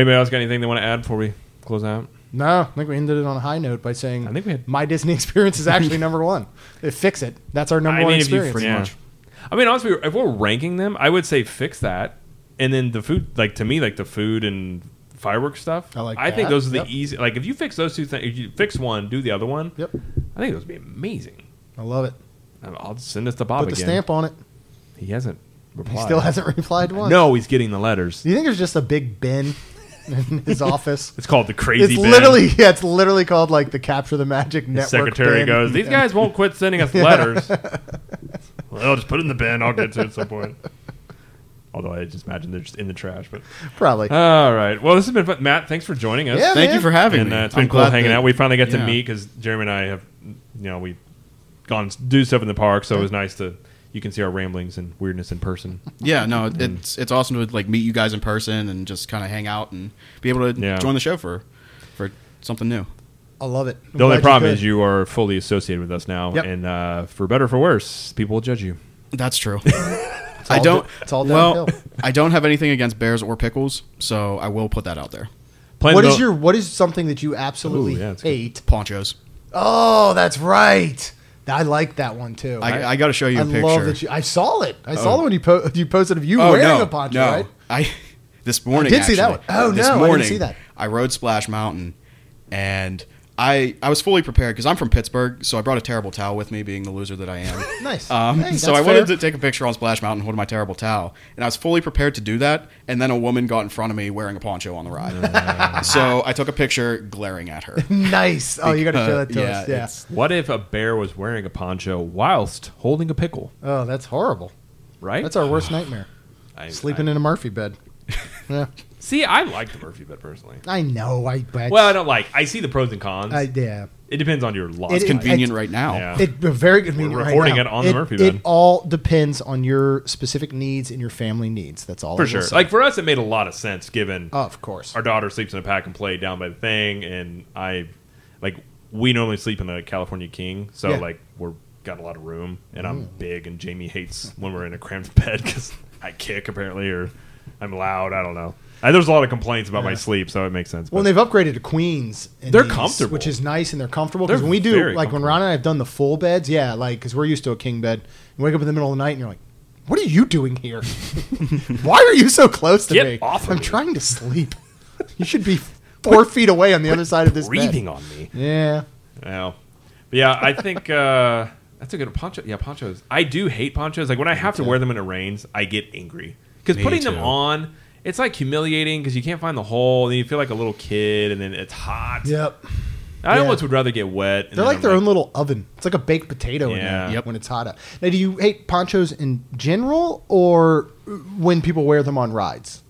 Speaker 1: anybody else got anything they want to add before we close out?
Speaker 2: No, I think we ended it on a high note by saying
Speaker 1: I think we had-
Speaker 2: my Disney experience is actually number one. They fix it. That's our number
Speaker 1: I
Speaker 2: one
Speaker 1: mean, if you
Speaker 2: experience.
Speaker 1: yeah. I mean, honestly, if we're ranking them, I would say fix that, and then the food. Like to me, like the food and fireworks stuff.
Speaker 2: I like
Speaker 1: I think
Speaker 2: that.
Speaker 1: those are the
Speaker 2: Yep.
Speaker 1: easy. Like if you fix those two things, if you fix one, do the other one.
Speaker 2: Yep.
Speaker 1: I think those would be amazing.
Speaker 2: I love it.
Speaker 1: I'll I'll send this to Bob
Speaker 2: Put the
Speaker 1: again.
Speaker 2: stamp on it.
Speaker 1: He hasn't
Speaker 2: He
Speaker 1: replied.
Speaker 2: still hasn't replied once.
Speaker 1: No, he's getting the letters.
Speaker 2: Do you think there's just a big bin in his office?
Speaker 1: It's called the crazy.
Speaker 2: It's
Speaker 1: bin.
Speaker 2: literally yeah, it's literally called like the Capture the Magic
Speaker 1: His
Speaker 2: Network.
Speaker 1: secretary
Speaker 2: bin.
Speaker 1: goes. These guys won't quit sending us letters. well, I'll just put it in the bin. I'll get to it at some point. Although I just imagine they're just in the trash. But
Speaker 2: Probably.
Speaker 1: all right. Well, this has been fun. Matt, thanks for joining us.
Speaker 2: Oh, Yeah,
Speaker 3: Thank
Speaker 2: man.
Speaker 3: you for having
Speaker 1: and
Speaker 3: me.
Speaker 1: uh, it's been
Speaker 3: I'm
Speaker 1: cool
Speaker 3: glad
Speaker 1: hanging
Speaker 3: that-
Speaker 1: out. We finally got to
Speaker 3: yeah.
Speaker 1: meet because Jeremy and I have, you know, we gone s- do stuff in the park, so it was nice to you can see our ramblings and weirdness in person.
Speaker 3: Yeah, no, it-
Speaker 1: Mm.
Speaker 3: it's it's awesome to like meet you guys in person and just kind of hang out and be able to
Speaker 1: Yeah.
Speaker 3: join the show for for something new.
Speaker 2: I love it. I'm
Speaker 1: The only
Speaker 2: glad
Speaker 1: problem
Speaker 2: could.
Speaker 1: is you are fully associated with us now,
Speaker 2: Yep.
Speaker 1: and uh, for better or for worse, people will judge you.
Speaker 3: That's true.
Speaker 2: all
Speaker 3: I don't.
Speaker 2: d- it's all
Speaker 3: well,
Speaker 2: downhill.
Speaker 3: I don't have anything against bears or pickles, so I will put that out there.
Speaker 1: Plan
Speaker 2: What
Speaker 1: to
Speaker 2: is
Speaker 1: vote-
Speaker 2: your what is something that you absolutely
Speaker 1: Ooh, yeah, that's good.
Speaker 2: hate?
Speaker 3: Ponchos.
Speaker 2: Oh, that's right. I like that one too.
Speaker 3: I, I got to show you a
Speaker 2: I
Speaker 3: picture.
Speaker 2: love that you. I saw it. I saw it when you po- you posted of you
Speaker 3: oh
Speaker 2: wearing
Speaker 3: no,
Speaker 2: a poncho,
Speaker 3: no.
Speaker 2: right?
Speaker 3: I this morning
Speaker 2: I did see that
Speaker 3: actually.
Speaker 2: one. Oh,
Speaker 3: This
Speaker 2: no, I didn't
Speaker 3: morning,
Speaker 2: see that.
Speaker 3: I rode Splash Mountain, and I I was fully prepared because I'm from Pittsburgh, so I brought a terrible towel with me, being the loser that I am.
Speaker 2: Nice.
Speaker 3: Um,
Speaker 2: Hey,
Speaker 3: so I
Speaker 2: that's
Speaker 3: wanted
Speaker 2: fair.
Speaker 3: to take a picture on Splash Mountain holding my terrible towel, and I was fully prepared to do that. And then a woman got in front of me wearing a poncho on the ride. so I took a picture glaring at her.
Speaker 2: Nice. Oh, you got to show
Speaker 3: Uh,
Speaker 2: that to us. Yeah.
Speaker 3: it's-
Speaker 1: What if a bear was wearing a poncho whilst holding a pickle?
Speaker 2: Oh, that's horrible.
Speaker 1: Right?
Speaker 2: That's our worst nightmare. Sleeping in a Murphy bed. yeah.
Speaker 1: See, I like the Murphy bed personally.
Speaker 2: I know. I bet.
Speaker 1: Well, I don't like. I see the pros and cons.
Speaker 2: I, yeah.
Speaker 1: It depends on your lot.
Speaker 2: It-
Speaker 3: It's
Speaker 2: it-
Speaker 3: convenient right now.
Speaker 1: Yeah.
Speaker 2: It very good. meeting right
Speaker 1: recording
Speaker 2: now.
Speaker 1: it on the Murphy
Speaker 2: It
Speaker 1: bed.
Speaker 2: all depends on your specific needs and your family needs. That's all I Oh,
Speaker 1: for
Speaker 2: will
Speaker 1: sure.
Speaker 2: say.
Speaker 1: Like for us, it made a lot of sense given
Speaker 2: of course.
Speaker 1: our daughter sleeps in a pack and play down by the thing, and I like we normally sleep in the California King, so
Speaker 2: Yeah. Mm.
Speaker 1: like we're got a lot of room, and I'm big, and Jamie hates when we're in a cramped bed because I kick apparently, or I'm loud. I don't know. I, there's a lot of complaints about my sleep, so it makes sense.
Speaker 2: Well,
Speaker 1: but-
Speaker 2: they've upgraded to queens. in
Speaker 1: They're
Speaker 2: these,
Speaker 1: comfortable.
Speaker 2: which is nice, and they're comfortable.
Speaker 1: They're
Speaker 2: Because when we do,
Speaker 1: very
Speaker 2: like when
Speaker 1: comfortable.
Speaker 2: Ron and I have done the full beds, yeah, like because we're used to a king bed. You wake up in the middle of the night, and you're like, "What are you doing here? Why are you so close to
Speaker 1: Get
Speaker 2: me?
Speaker 1: off of
Speaker 2: I'm
Speaker 1: me."
Speaker 2: trying to sleep. You should be four feet away on the other side of this
Speaker 1: breathing
Speaker 2: bed."
Speaker 1: on me.
Speaker 2: Yeah,
Speaker 1: Yeah, But yeah. I think uh, that's a good poncho. Yeah, ponchos. I do hate ponchos. Like when I have to wear them and it rains, I get angry because
Speaker 3: Me
Speaker 1: putting them
Speaker 3: too.
Speaker 1: on, it's like humiliating because you can't find the hole and you feel like a little kid, and then it's hot.
Speaker 2: yep.
Speaker 1: I
Speaker 2: Yeah.
Speaker 1: almost would rather get wet. and
Speaker 2: They're
Speaker 1: then
Speaker 2: like
Speaker 1: I'm
Speaker 2: their own little oven. It's like a baked potato in
Speaker 1: Yeah.
Speaker 2: there
Speaker 3: Yep.
Speaker 2: when it's hot out. Now, do you hate ponchos in general or when people wear them on rides?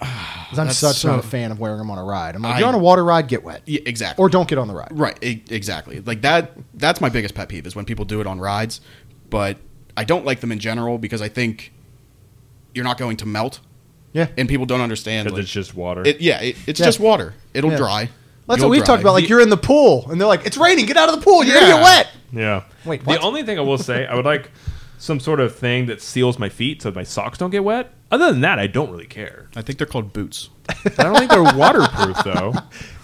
Speaker 2: 'Cause I'm
Speaker 3: That's
Speaker 2: such
Speaker 3: so-
Speaker 2: not a fan of wearing them on a ride. I'm like,
Speaker 3: I-
Speaker 2: you're on a water ride, get wet.
Speaker 3: Yeah, exactly.
Speaker 2: Or don't get on the ride.
Speaker 3: Right, e- exactly. Like that. That's my biggest pet peeve is when people do it on rides, but I don't like them in general because I think you're not going to melt,
Speaker 2: Yeah.
Speaker 3: and people don't understand.
Speaker 1: 'Cause
Speaker 3: like-
Speaker 1: it's just water.
Speaker 3: It, yeah, it, it's
Speaker 2: Yeah.
Speaker 3: just water. It'll
Speaker 2: Yeah.
Speaker 3: dry.
Speaker 2: That's
Speaker 3: You'll
Speaker 2: what we've
Speaker 3: dry.
Speaker 2: talked about. Like,
Speaker 1: The-
Speaker 2: you're in the pool, and they're like, it's raining, get out of the pool, you're going to
Speaker 3: Yeah.
Speaker 2: get wet.
Speaker 1: yeah.
Speaker 2: Wait,
Speaker 1: The
Speaker 2: what?
Speaker 1: only thing I will say, I would like some sort of thing that seals my feet so my socks don't get wet. Other than that, I don't really care.
Speaker 3: I think they're called boots.
Speaker 1: I don't think they're waterproof though.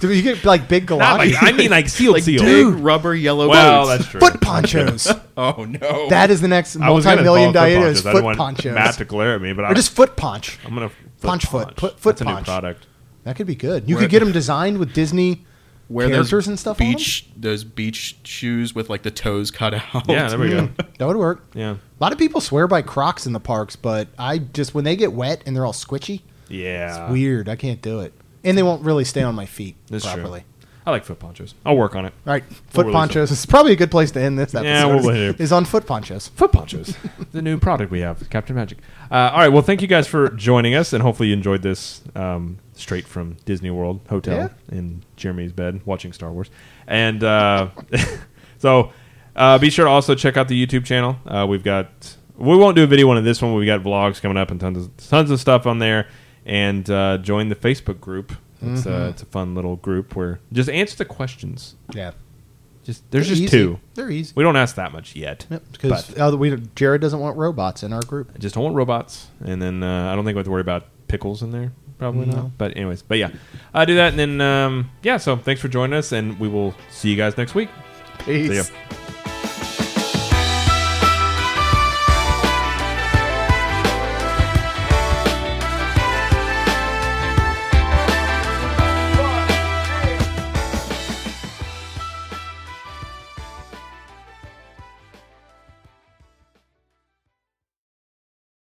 Speaker 2: Do you get like big
Speaker 1: Not
Speaker 2: galoshes?
Speaker 1: like, I mean, like sealed, sealed.
Speaker 3: Big rubber yellow
Speaker 1: well,
Speaker 3: boots.
Speaker 1: that's true.
Speaker 2: foot ponchos.
Speaker 3: oh no.
Speaker 2: that is the next
Speaker 1: I was gonna
Speaker 2: multi million
Speaker 1: call it
Speaker 2: diet is
Speaker 1: I didn't
Speaker 2: foot
Speaker 1: want
Speaker 2: ponchos.
Speaker 1: Matt to glare at me, but
Speaker 2: Or
Speaker 1: I'm
Speaker 2: just foot ponch.
Speaker 1: I'm gonna foot
Speaker 2: Punch foot. Put- foot
Speaker 1: That's a new
Speaker 2: punch.
Speaker 1: product.
Speaker 2: That could be good. You
Speaker 3: Wear-
Speaker 2: could get them designed with Disney characters and stuff. on 'em.
Speaker 3: Beach those beach shoes with like the toes cut out.
Speaker 1: Yeah, there we go.
Speaker 2: Hmm, That would work.
Speaker 1: Yeah,
Speaker 2: A lot of people swear by Crocs in the parks, but I just when they get wet and they're all squishy,
Speaker 1: yeah.
Speaker 2: it's weird. I can't do it, and they won't really stay on my feet
Speaker 1: That's true.
Speaker 2: properly.
Speaker 1: I like foot ponchos. I'll work on it.
Speaker 2: All right,
Speaker 1: We'll
Speaker 2: foot
Speaker 1: release
Speaker 2: ponchos. It's probably a good place to end this episode.
Speaker 1: Yeah, we'll
Speaker 2: is,
Speaker 1: leave it.
Speaker 2: is on foot ponchos.
Speaker 1: Foot ponchos, the new product we have, Captain Magic. Uh, all right, well, thank you guys for joining us, and hopefully you enjoyed this um, straight from Disney World Hotel in Jeremy's bed watching Star Wars. And uh, so, uh, be sure to also check out the YouTube channel. Uh, we've got we won't do a video one of this one. We've got vlogs coming up and tons of tons of stuff on there. And uh, join the Facebook group. It's, uh, it's a fun little group where just answer the questions.
Speaker 2: Yeah,
Speaker 1: Just there's
Speaker 2: They're
Speaker 1: just
Speaker 2: easy.
Speaker 1: two.
Speaker 2: They're easy.
Speaker 1: We don't ask that much yet.
Speaker 2: Because
Speaker 1: but-
Speaker 2: we Jared doesn't want robots in our group.
Speaker 1: I just don't want robots, and then uh, I don't think we have to worry about pickles in there. Probably
Speaker 2: No.
Speaker 1: not. But anyways, but yeah, I do that, and then um, yeah. So thanks for joining us, and we will see you guys next week. See ya.